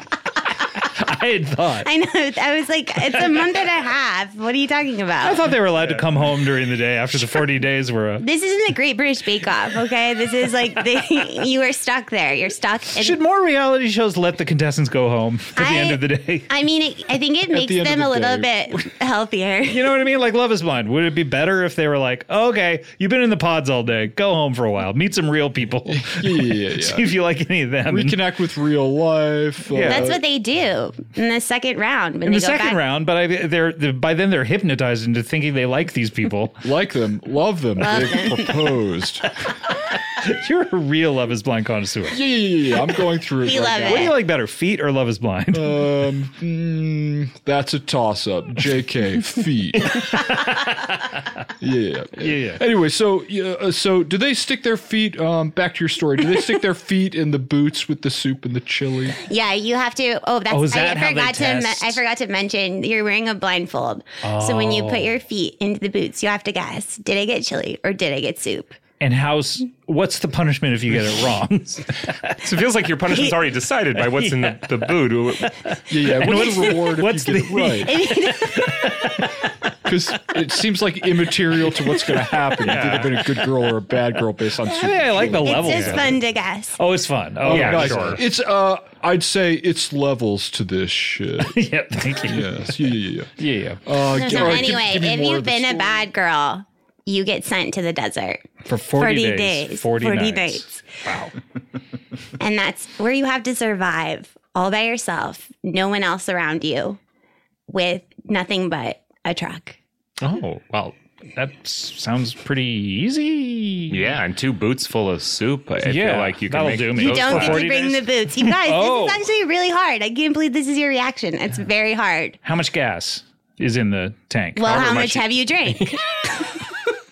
I had thought. I know. I was like, it's a month and a half. What are you talking I about? thought they were allowed to come home during the day after the forty days were. up. this isn't the Great British Bake Off, okay? This is like the, [laughs] you are stuck there. You're stuck. in- Should more reality shows let the contestants go home at the end I- of the day? [laughs] I mean, it, I think it makes the end them of a little the bit [laughs] healthier. You know what I mean? Like Love is Blind. Would it be better if they were like, okay, you've been in the pods all day. Go home for a while. Meet some real [laughs] people. Yeah, yeah, [laughs] yeah. [laughs] See yeah. if you like any of them. And- Reconnect with real life. uh, Yeah. That's what they do in the second round when in they the go second back. round, but I, they're, they're by then they're hypnotized into thinking they like these people. like them, love them. [laughs] They've proposed. Yeah, You're a real Love Is Blind connoisseur. What yeah, yeah, yeah. I'm going through it. We right love do you it. like better, feet or Love Is Blind? now. Um, mm, that's a toss up. [laughs] JK feet. yeah. yeah. Anyway, so yeah, uh, so do they stick their feet? Um, back to your story. Do they stick their [laughs] feet in the boots with the soup and the chili? Yeah, you have to. Oh, that's. Oh, is that I how they forgot to. test? Me- I forgot to mention you're wearing a blindfold. So when you Oh. put your feet into the boots, you have to guess: did I get chili or did I get soup? And how's what's the punishment if you get it wrong? So it feels like your punishment's already decided by what's [laughs] in the, the boot. Oh, Yeah, yeah. What's the reward what's if you get the- it [laughs] right? Because it seems like immaterial to what's going to happen. You've either been a good girl or a bad [laughs] girl based on. I mean, I like the It's levels. just of it. fun to guess. Oh, it's fun. Oh, yeah, nice. sure. It's uh, I'd say it's levels to [laughs] this shit. yeah, thank you. Yes, yeah, yeah, yeah. Yeah, yeah. Uh, g- So all right, give- anyway, give me if more you've of the been a story. bad girl, you get sent to the desert. For 40, days, 40, nights. Wow. [laughs] and that's where you have to survive all by yourself, no one else around you, with nothing but a truck. [laughs] Oh, well, That s- sounds pretty easy. yeah, and two boots full of soup. I I Yeah, feel like you can that'll make do me. You those don't for get to 40 bring days. the boots. You guys, Oh. this is actually really hard. I can't believe this is your reaction. It's very hard. How much gas is in the tank? Well, However how much- much have you drank?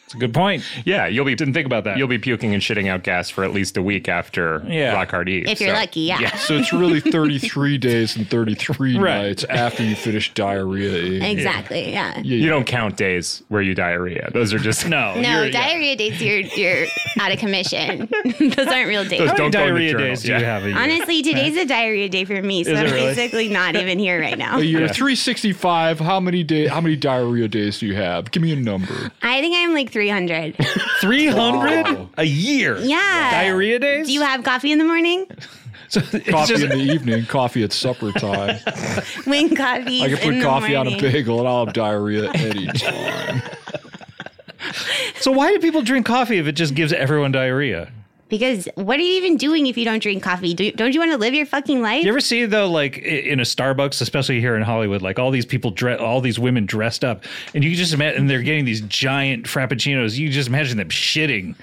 It's a good point. Yeah, you'll be Didn't think about that. you'll be puking and shitting out gas for at least a week after Yeah. rock hard Eve. if you're so- lucky, yeah. So it's [laughs] really 33 days and 33 Right. nights after you finish diarrhea. eh? Exactly, yeah. You don't count days where you diarrhea. Those are [laughs] just No, No, you're- yeah. diarrhea dates, you're, you're out of commission. [laughs] Those aren't real dates. Those How many Don't go in the diarrhea journal. days do Yeah. you have a [laughs] year? Honestly, today's a diarrhea day for me, so Is it I'm really? basically not even here right now. A year 365. How many day? How many diarrhea days do you have? Give me a number. I think I'm like 300. 300 a year. Yeah. Diarrhea days? Do you have coffee in the morning? [laughs] so it's Coffee just- in the evening, coffee at supper time. When coffee. [laughs] I in can put the coffee on a morning. bagel and I'll [laughs] have diarrhea any time. so why do people drink coffee if it just gives everyone diarrhea? Because what are you even doing if you don't drink coffee? Do, don't you want to live your fucking life? You ever see though, like i- in a Starbucks, especially here in Hollywood, like all these people, dre- all these women dressed up, and you can just imagine and they're getting these giant frappuccinos. You can just imagine them shitting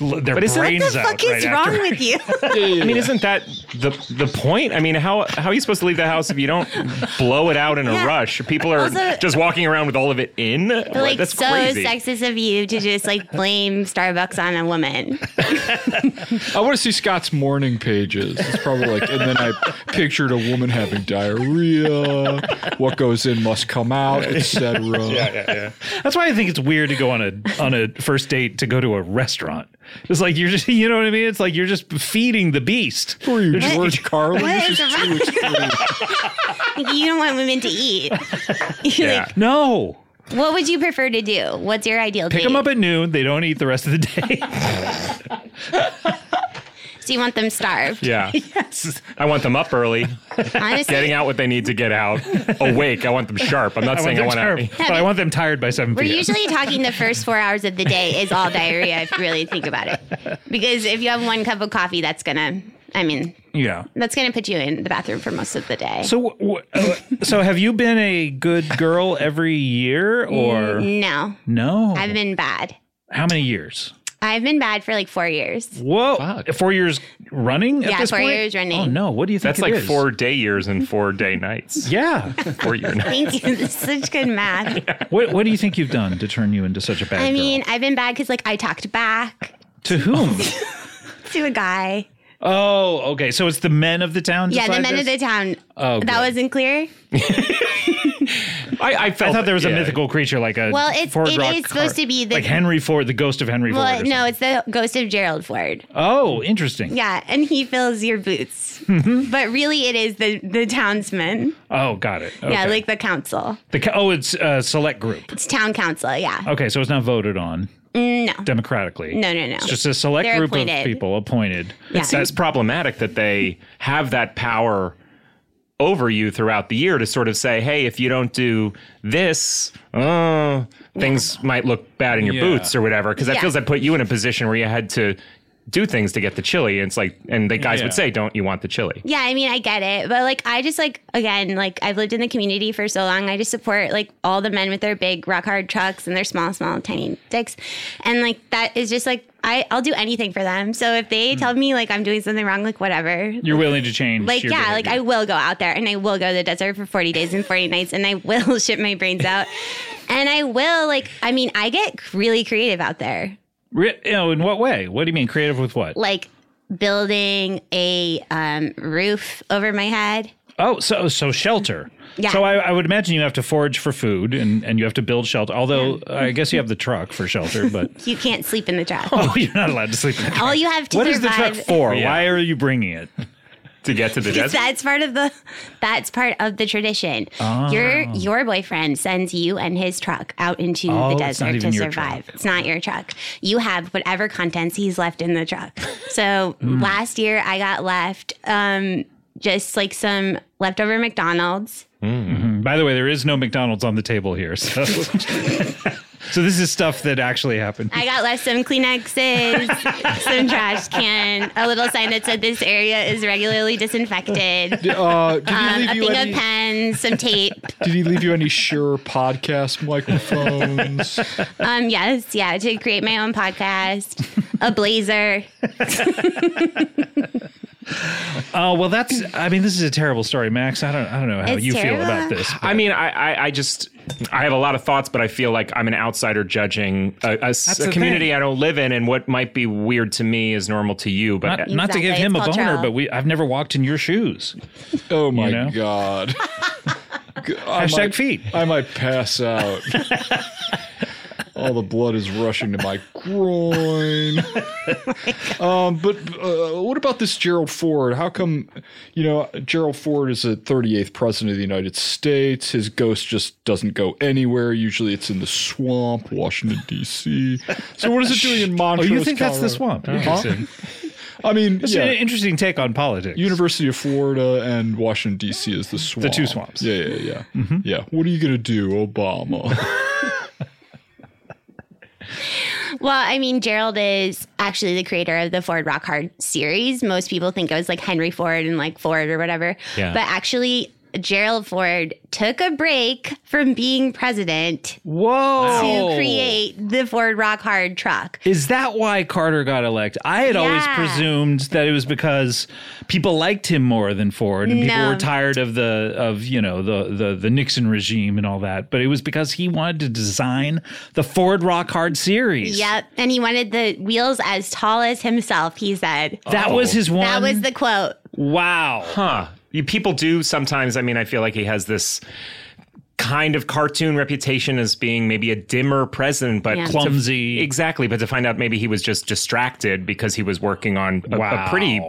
l- their isn't- What brains what the out. fuck is right wrong after. with you? I mean, isn't that the the point? I mean, how how are you supposed to leave the house if you [laughs] don't blow it out in a Yeah. rush? People are Also- just walking around with all of it in. But, Like, like that's so crazy. sexist of you to just like blame Starbucks on a woman. I want to see Scott's morning pages. It's probably like, and then I pictured a woman having diarrhea. What goes in must come out, etc. That's why I think it's weird to go on a on a first date to go to a restaurant. It's like you're just, [laughs] you know what I mean? It's like you're just feeding the beast. Who are you, George Carlin? What This is is wrong? [laughs] too extreme. Like, you don't want women to eat. [laughs] You're Yeah. like, No. what would you prefer to do? What's your ideal Pick date? them up at noon. They don't eat the rest of the [laughs] day. so you want them starved? yeah. yes. I want them up early, Honestly, getting out what they need to get out, awake. I want them sharp. I'm not saying I them want tired, to. but I want them tired by 7 We're p.m. usually talking the first four hours of the day is all diarrhea if you really think about it. Because if you have one cup of coffee, that's gonna, I mean, yeah. that's gonna put you in the bathroom for most of the day. So, wh- uh, so have you been a good girl every year, or no, no? I've been bad. How many years? I've been bad for like four years. Whoa, four years running. at Yeah, this four point? years running. Oh no, what do you think? That's it like is? four day years and four day nights. Yeah. Four year nights. Thank you. This is such good math. what What do you think you've done to turn you into such a bad I girl? mean, I've been bad because like I talked back to [laughs] whom? to a guy. oh, okay. So it's the men of the town. Yeah, the decide men of this? the town. Oh, that wasn't clear. I, I felt I thought there was a yeah. mythical creature like a Well, it's- Ford it Rock is car- supposed to be the- like Henry Ford, the ghost of Henry Well, Ford. or no, it's the ghost of Gerald Ford. something. Oh, interesting. Yeah, and he fills your boots. Mm-hmm. but really, it is the the townsman. Oh, got it. Yeah, Okay. like the council. the ca- oh, it's uh, select group. It's town council. Yeah. Okay, so it's not voted on. No. Democratically. No, no, no. It's just a select They're group appointed. of people appointed. yeah. That's problematic that they have that power over you throughout the year to sort of say, hey, if you don't do this, uh, things might look bad in your boots or whatever. Because that Yeah. feels that put you in a position where you had to do things to get the chili. And it's like, and the guys Yeah. would say, don't you want the chili? yeah, I mean, I get it, but like, I just like again, like I've lived in the community for so long. I just support like all the men with their big rock hard trucks and their small, small, tiny dicks, and like that is just like I I'll do anything for them. So if Hmm. they tell me like I'm doing something wrong, like whatever, You're willing to change. like your yeah, like I behavior. will go out there and I will go to the desert for 40 days and 40 nights and I will [laughs] shit my brains out. And I will like I mean, I get really creative out there. Re- you know, in what way? What do you mean creative with what? Like building a um, roof over my head. Oh, so so shelter. Yeah. So I, I would imagine you have to forage for food and, and you have to build shelter. Although I guess you have the truck for shelter, [laughs] but You can't sleep in the truck. oh, you're not allowed to sleep. In the truck. All you have to What is the survive truck for? Yeah. Why are you bringing it? To get to the Because desert. that's part of the that's part of the tradition. Your your boyfriend sends you and his truck out into Oh, the it's not desert even to your survive. It's not your truck. You have whatever contents he's left in the truck. So last year I got left um just like some leftover McDonald's. By the way, there is no McDonald's on the table here. So, [laughs] [laughs] so this is stuff that actually happened. I got left some Kleenexes, some trash can, a little sign that said this area is regularly disinfected, Uh, did, he um, leave a you thing any, of pens, some tape. did he leave you any sure [laughs] podcast microphones? Um, yes, yeah, to create my own podcast, [laughs] a blazer. Oh well, that's. I mean, this is a terrible story, Max. I don't. I don't know how It's you feel terrible. about this. I mean, I, I, I just, I have a lot of thoughts, but I feel like I'm an outsider judging a, a s- That's a the community thing. I don't live in, and what might be weird to me is normal to you. But Not, not to give Exactly, him a it's boner, cultural. but we I've never walked in your shoes. Oh my know? [laughs] god. I Hashtag might, feet. I might [laughs] pass out. All the blood is rushing to my groin. um, but uh, what about this Gerald Ford? How come, you know, Gerald Ford is the 38th president of the United States. His ghost just doesn't go anywhere. Usually it's in the swamp, Washington, D.C. So what is it doing in [laughs] Oh, Montrose? you think that's the Colorado? swamp? Interesting. I mean, It's yeah. an interesting take on politics. University of Florida and Washington D.C. is the swamp. two swamps. Mm-hmm. Yeah, yeah, yeah. Yeah. What are you gonna do, Obama? Well, I mean, Gerald is actually the creator of the Ford Rock Hard series. Most people think it was like Henry Ford and like Ford or whatever. Yeah. But actually, Gerald Ford took a break from being president Whoa. to create the Ford Rock Hard truck. Is that why Carter got elected? I had always Yeah. presumed that it was because people liked him more than Ford, and people No. were tired of the of you know the the the Nixon regime and all that. But it was because he wanted to design the Ford Rock Hard series. Yep. And he wanted the wheels as tall as himself, he said. that was his one. That was the quote. wow. Huh. You, people do sometimes. I mean, I feel like he has this kind of cartoon reputation as being maybe a dimmer president, but Yeah. to- Clumsy. exactly. But to find out maybe he was just distracted because he was working on a, a Wow. pretty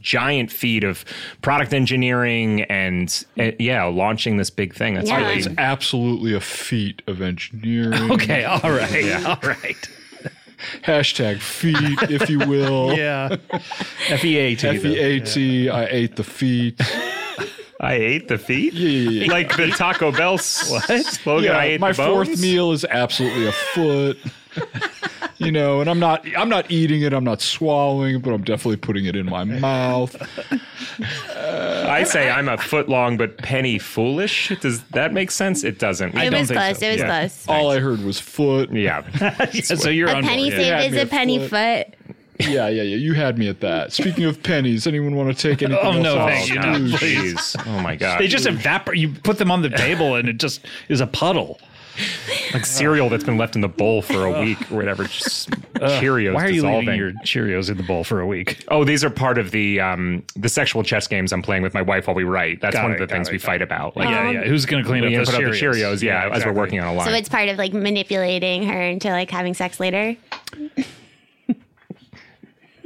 giant feat of product engineering and, uh, yeah, launching this big thing. That's Yeah. really. It's absolutely a feat of engineering. Okay. All right. [laughs] All right. Hashtag [laughs] feat, if you will. Yeah. F E A T. F E A T. I ate [laughs] the feet. I ate the feet? yeah, yeah. Like the Taco Bell s- slogan, I ate my the bones? fourth meal is absolutely a foot. [laughs] you know, and I'm not I'm not eating it, I'm not swallowing, but I'm definitely putting it in [laughs] my mouth. I say I'm a foot long, but penny foolish. Does that make sense? It doesn't. I It don't was think close. so. It was Yeah. close. All I heard was [laughs] foot. Yeah, Yeah. so you're A on penny board. You had saved me is a at penny foot. foot. yeah, yeah, yeah. You had me at that. Speaking of pennies, anyone want to take anything? Oh, else no, off? thank you. Oh, No, please. jeez. Oh my god. They just evaporate. You put them on the table, and it just is a puddle. like cereal that's been left in the bowl for [laughs] a week or whatever. Just Cheerios Why are you dissolving. leaving your Cheerios in the bowl for a week? oh, these are part of the um the sexual chess games I'm playing with my wife while we write. That's Got one it, of the got things it, we got fight about. Like, Um, yeah, yeah. Who's going to clean we up put the up the Cheerios? Cheerios, yeah, as we're working on a line. So it's part of like manipulating her into like having sex later.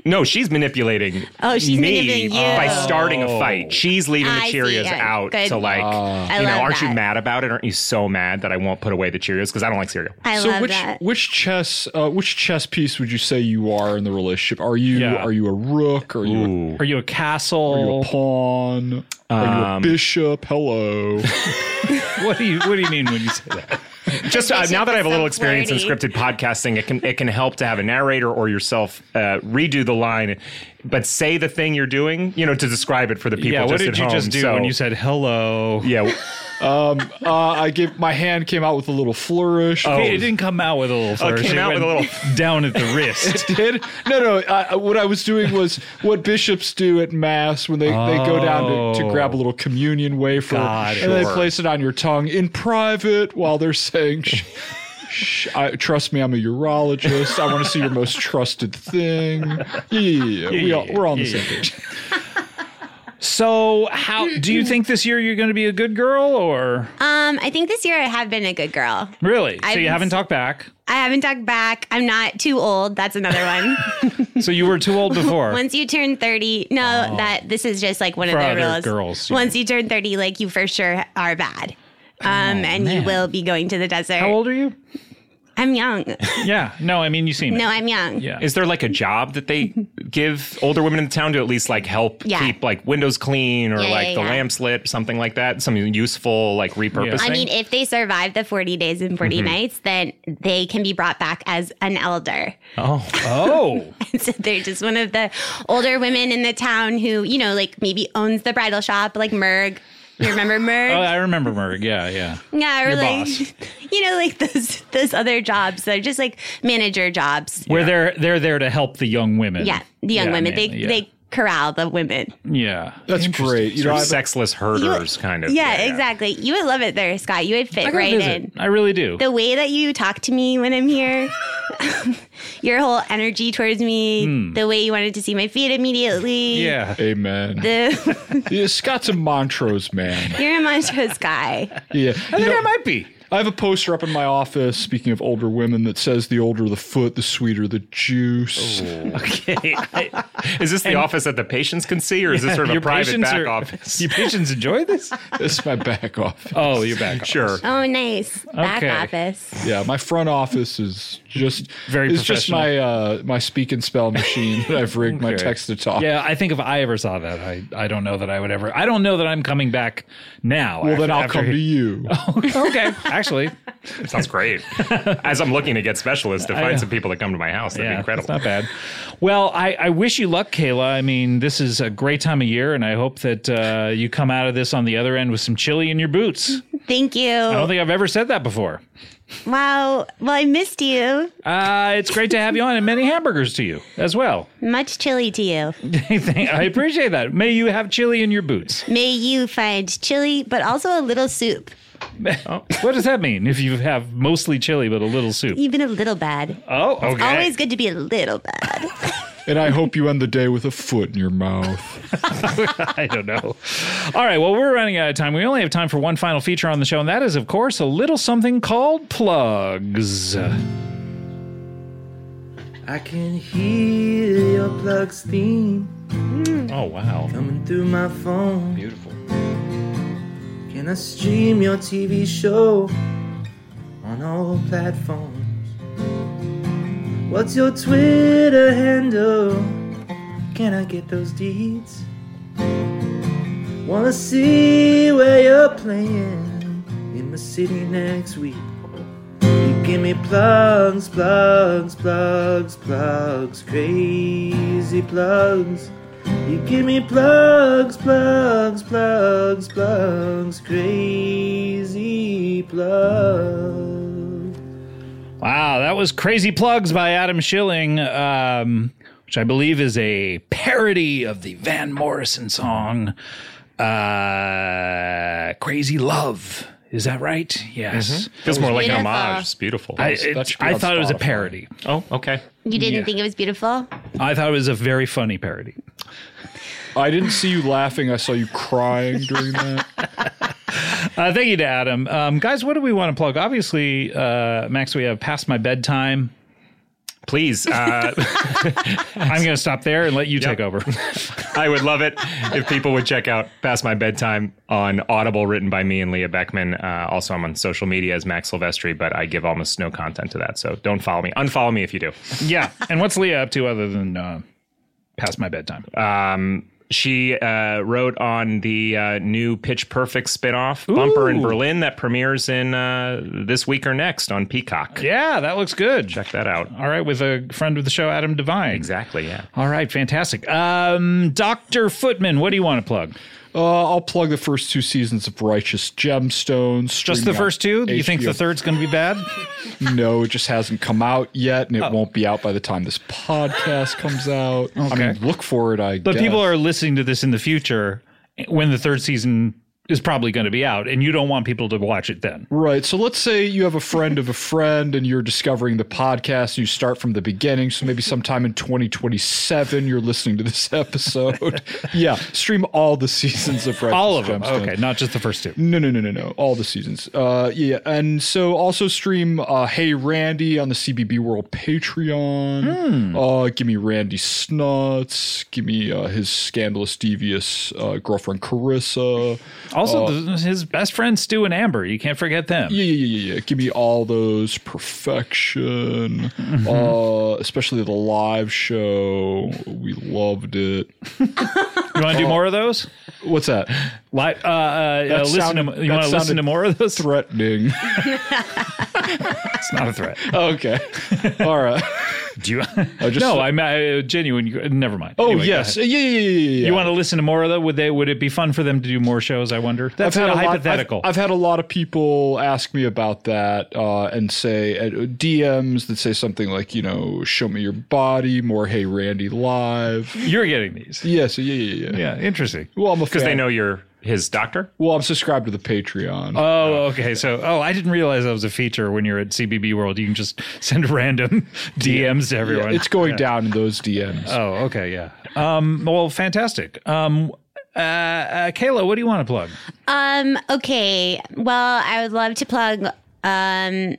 no, she's manipulating Oh, she's me manipulating you. by starting a Oh. fight. She's leaving the I see, Cheerios yeah, out good. to like, I you know, love aren't you that. mad about it? Aren't you so mad that I won't put away the Cheerios because I don't like cereal? I So love which that. which chess uh, which chess piece would you say you are in the relationship? Are you Yeah. are you a rook? Are you a Are you a you a castle? pawn? Are you a bishop? Hello. what do you What do you mean when you say that? just uh, now that I have a little experience in Flirty. scripted podcasting, it can it can help to have a narrator or yourself uh, redo the line, but say the thing you're doing, you know, to describe it for the people. yeah. just What at did you home. just do So, when you said hello? Yeah, uh, I give my hand came out with a little flourish. Hey, Oh, it didn't come out with a little. Oh. it flourish. came out with a went [laughs] little- down at the [laughs] wrist. [laughs] did. No, no. I, what I was doing was what bishops do at mass when they, they go down to, to grab a little communion wafer Oh. Got it. and they Sure. place it on your tongue in private while they're saying, sh- sh- I, "Trust me, I'm a urologist. I want to see your most trusted thing." Yeah, yeah, yeah. yeah. We all, we're all on the same page. so, how do you think this year you're going to be a good girl or Um, I think this year I have been a good girl. really? So you I'm- haven't talked back. I haven't talked back. I'm not too old. That's another [laughs] one. So you were too [laughs] old before. Once you turn 30, no, that this is just like one For of other the rules. girls, yeah. Once you turn 30, like you for sure are bad. Um, and you will be going to the desert. Oh, how old are you? I'm young. Yeah. No, I mean you seem. No, it. I'm [laughs] young. Yeah. is there like a job [laughs] that they give older women in the town to at least like help Yeah. keep like windows clean or Yeah, like yeah, the yeah. lamps lit, something like that? Something useful, like repurposing. I mean, if they survive the 40 days and 40 Mm-hmm. nights, then they can be brought back as an elder. [laughs] Oh, so they're just one of the older women in the town who, you know, like maybe owns the bridal shop, like Merg. You [laughs] remember oh, Merg? I remember Merg. Yeah, yeah. yeah, or your like boss. [laughs] you know, like those those other jobs. They're just like manager jobs. Where they're they're there to help the young women. Yeah, the young Yeah, women. mainly, they they corral the women. yeah. yeah. That's great. You know, Sort I of have, sexless herders, kind of. Yeah, exactly. You would love it there, Scott. You would I fit gotta right visit. in. I really do. The way that you talk to me when I'm here, [laughs] your whole energy towards me, the way you wanted to see my feet immediately. Hmm. yeah. amen. The, [laughs] yeah, Scott's a Montrose man. you're a monstrous guy. Yeah. You know, might be. I have a poster up in my office, speaking of older women, that says the older the foot, the sweeter the juice. Okay. I- [laughs] Is this the office that the patients can see, or is this sort of a your private patients back are- [laughs] office? Your patients enjoy [laughs] this? This is my back office. Oh, you're back. Sure. Oh, nice. Back Okay. office. Yeah, my front office is just Very It's just my uh, my speak and spell machine that I've rigged my Okay. text to talk. Yeah, I think if I ever saw that, I, I don't know that I would ever. I don't know that I'm coming back now. Well, then after- [laughs] I'll after come [laughs] to he- you. okay. I, actually. Sounds great. As I'm looking to get specialists to know. find some people that come to my house, that'd be it's incredible. not bad. Well, I, I wish you luck, Kayla. I mean, this is a great time of year, and I hope that uh, you come out of this on the other end with some chili in your boots. Thank you. I don't think I've ever said that before. Wow. Well, I missed you. Uh, it's great to have you on, and many hamburgers to you as well. [laughs] Much chili to you. I appreciate that. May you have chili in your boots. May you find chili, but also a little soup, What does that mean if you have mostly chili but a little soup? even a little bad. Oh, okay. Always good to be a little bad. And I hope you end the day with a foot in your mouth. [laughs] I don't know. All right. Well, we're running out of time. We only have time for one final feature on the show, and that is, of course, a little something called plugs. Oh, I can hear your plug steam Oh, wow. coming through my phone. Beautiful. Can I stream your TV show on all platforms? What's your Twitter handle? Can I get those deeds? Wanna see where you're playing in my city next week? You give me plugs, plugs, plugs, plugs, crazy plugs. You give me plugs, plugs, plugs, plugs, crazy plugs. Wow, that was Crazy Plugs by Adam Schilling, um, which I believe is a parody of the Van Morrison song uh, Crazy Love. Is that right? Yes. Feels more like an beautiful. homage. It's beautiful. I, That it- should be I on thought it was a Spotify. parody. oh, okay. You didn't think it was beautiful? I thought it was a very funny parody. I didn't see you laughing. I saw you crying [laughs] during that. Uh, thank you to Adam. Um, guys, what do we want to plug? Obviously, uh, Max, we have Past My Bedtime. Please, uh, I'm going to stop there and let you take [laughs] over. I would love it if people would check out Past My Bedtime on Audible, written by me and Leah Beckman. Uh, also, I'm on social media as Max Silvestri, but I give almost no content to that. So don't follow me. Unfollow me if you do. yeah. And what's Leah up to other than uh, Past My Bedtime? Uh, Um, she uh, wrote on the uh, new Pitch Perfect spinoff, Bumper in Berlin, that premieres in uh, this week or next on Peacock. yeah, that looks good. Check that out. All right, with a friend of the show, Adam Devine. Exactly, yeah. All right, fantastic. Um, Dr. Footman, what do you want to plug? Uh, I'll plug the first two seasons of Righteous Gemstones. Just the streaming on first two? You think the HBO. third's going to be [laughs] bad? No, it just hasn't come out yet, Oh. and it won't be out by the time this podcast comes out. I Okay. mean, look for it. I. But guess. people are listening to this in the future when the third season is probably going to be out, and you don't want people to watch it then. Right. So let's say you have a friend of a friend and you're discovering the podcast. You start from the beginning. So maybe sometime in 2027, you're listening to this [laughs] episode. yeah. Stream all the seasons of Righteous All of them. Gemstones. Okay, not just the first two. No, no, no, no, no. All the seasons. Uh, yeah. And so also stream uh, Hey Randy on the CBB World Hmm. Patreon. Uh, give me Randy Snuts. Give me uh, his scandalous, devious uh, girlfriend, Carissa. Also, th- his best friends, Stu and Amber. You can't forget them. Uh, Yeah, yeah, yeah, yeah, yeah. Give me all those perfection. Uh, especially the live show. We loved it. You want to do more of those? What's that? Like, uh, uh, uh, listen sounded- to, you Oh. that want to listen to sounded more of those? Threatening. It's not a threat. [laughs] okay. All right. [laughs] Do you? just- no, I'm uh, genuine. Never mind. Oh Anyway, go yes. ahead. Yeah, yeah, yeah, yeah, yeah. You want to listen to more of that? Would they? Would it be fun for them to do more shows? I wonder. That's not a lot- hypothetical. I've, I've had a lot of people ask me about that uh, and say uh, DMs that say something like, you know, show me your body, more Hey Randy live. You're getting these. Yes, yeah, yeah, yeah. yeah. Yeah, interesting. Well, I'm a Because fan. they know you're his doctor. Well, I'm subscribed to the Patreon. Oh, okay. So, oh, I didn't realize that was a feature when you're at CBB World. You can just [laughs] send random DMs to Yeah, everyone. it's going down in those DMs. oh, okay, yeah. Um, well, fantastic. Um, uh, uh, Kayla, what do you want to plug? Um, okay. Well, I would love to plug um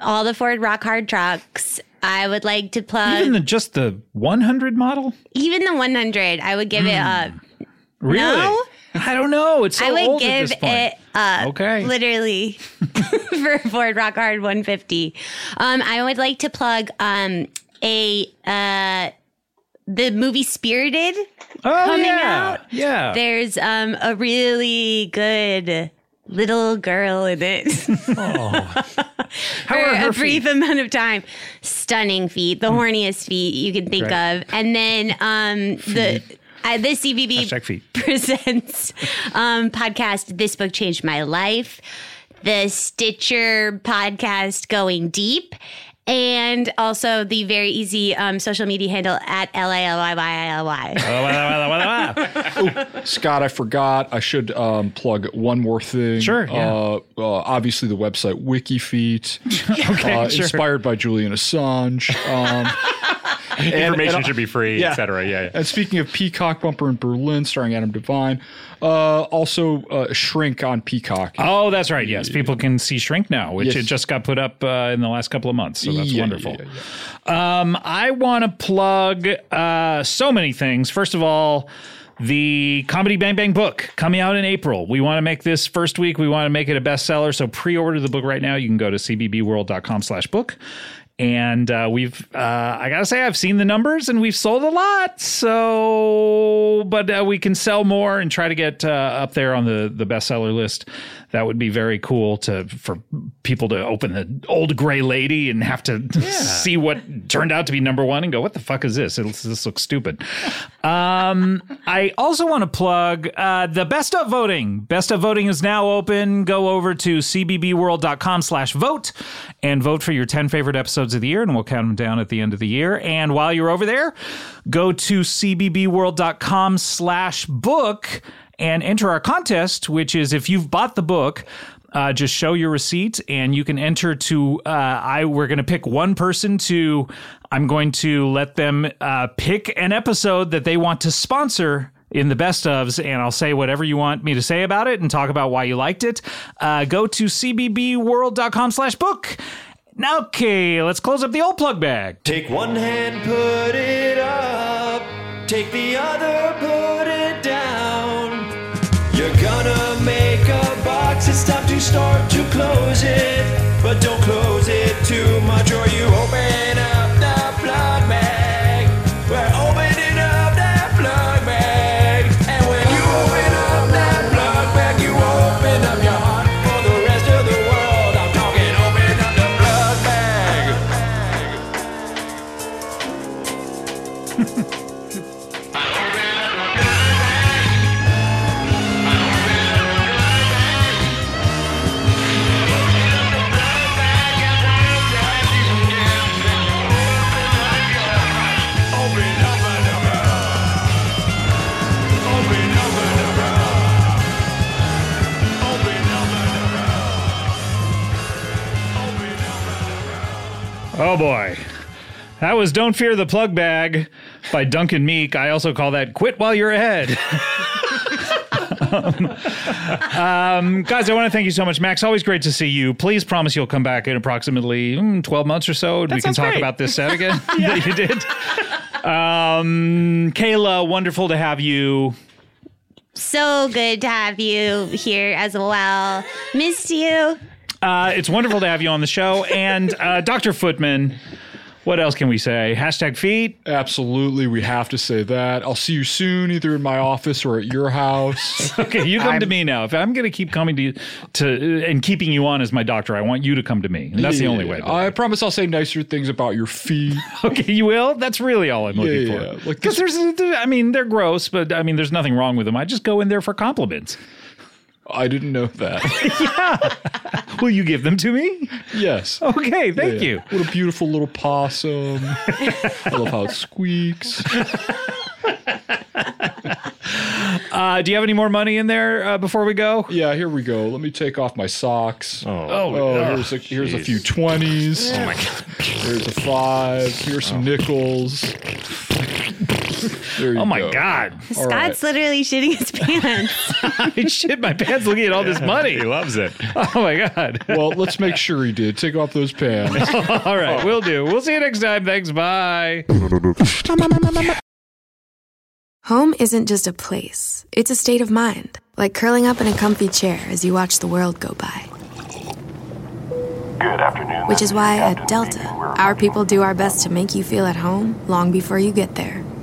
all the Ford Rock Hard trucks. I would like to [laughs] plug Even the, just the 100 model? even the 100. I would give it up. Really? No? I don't know. It's Hmm. so I would old at give this point. it up. [laughs] Okay. Literally for Ford Rock Hard 150. Um, I would like to plug um a uh the movie Spirited. oh, coming yeah. out. Yeah. There's um a really good little girl in [laughs] it [laughs] for Oh. are her Hmm. a brief amount of time. Stunning feet, the horniest feet you can think of. And then um, the uh, this Hashtag feet. CBB [laughs] presents um, podcast. This book changed my life. The Stitcher podcast, going deep. And also the very easy um, social media handle at L I L Y Y I L Y. Oh. Scott, I forgot. I should um, plug one more thing. Sure, yeah. Uh, uh, obviously, the website [laughs] WikiFeet, Okay, uh, sure. inspired by Julian Assange. Um, Information [laughs] and- uh, should be free, Yeah. etc. Yeah, yeah. and speaking of Peacock Bumper in Berlin, starring Adam Devine, uh, also uh, Shrink on Peacock. Oh, that's right. Yes, people can see Shrink now, which Yes. it just got put up uh, in the last couple of months. So that's Yeah, wonderful. yeah, Um, I want to plug uh, so many things. First of all, the Comedy Bang Bang book coming out in April. We want to make this first week. We want to make it a bestseller. So pre-order the book right now. You can go to cbbworld.com slash book. And uh, we've, uh, I gotta say, I've seen the numbers and we've sold a lot. So, but uh, we can sell more and try to get uh, up there on the, the bestseller list. That would be very cool to for people to open the old gray lady and have to [laughs] see what turned out to be number one and go, what the fuck is this? It'll, this looks stupid. Um, I also want to plug uh, the best of voting. Best of voting is now open. Go over to cbbworld.com slash vote and vote for your 10 favorite episodes of the year, and we'll count them down at the end of the year. And while you're over there, go to cbbworld.com slash book and enter our contest, which is if you've bought the book, uh, just show your receipt, and you can enter to. Uh, I we're going to pick one person to. I'm going to let them uh, pick an episode that they want to sponsor in the best ofs, and I'll say whatever you want me to say about it and talk about why you liked it. Uh, go to cbbworld.com/book. Now, okay, let's close up the old plug bag. Take one hand, put it up. Take the other, put it down. You're gonna make a box. It's time to start to close it. But don't close it too much, or you open up the blood bag. We're opening up that blood bag. And when you open up that blood bag, you open up your heart for the rest of the world. I'm talking open up the blood bag. Oh boy. That was Don't Fear the Plug Bag by Duncan Meek. I also call that Quit While You're Ahead. [laughs] um, um, guys, I want to thank you so much, Max. Always great to see you. Please promise you'll come back in approximately mm, 12 months or so and we can sounds talk great. about this [laughs] set again that [laughs] you did. Um, Kayla, wonderful to have you. So good to have you here as well. Missed you. Uh, it's wonderful to have you on the show. And uh, Dr. Footman, what else can we say? Hashtag feet. Absolutely, we have to say that. I'll see you soon, either in my office or at your house. Okay, you come to me now. If I'm going to keep coming to you to and keeping you on as my doctor, I want you to come to me. And [laughs] that's the only way. I promise I'll say nicer things about your feet. [laughs] okay, you will. That's really all I'm looking Yeah, yeah, for. like Because there's, I mean, they're gross, but I mean, there's nothing wrong with them. I just go in there for compliments. I didn't know that. [laughs] Will you give them to me? [laughs] yes. Okay, thank Yeah. you. What a beautiful little possum. I love how it squeaks. Uh, do you have any more money in there uh, before we go? Yeah, here we go. Let me take off my socks. Oh, oh, here's a here's a few twenties. Oh my god. Here's a five. Here's some nickels. There you oh my go. [laughs] God! Scott's literally shitting his [laughs] pants. I shit my pants looking at all this [laughs] money. He loves it. Oh my God! [laughs] Well, let's make sure he did. Take off those pants. All right, we'll do. We'll see you next time. Thanks. Bye. Home isn't just a place, it's a state of mind, like curling up in a comfy chair as you watch the world go by. Good afternoon. Which is why at Delta, We're- our people do our best to make you feel at home long before you get there.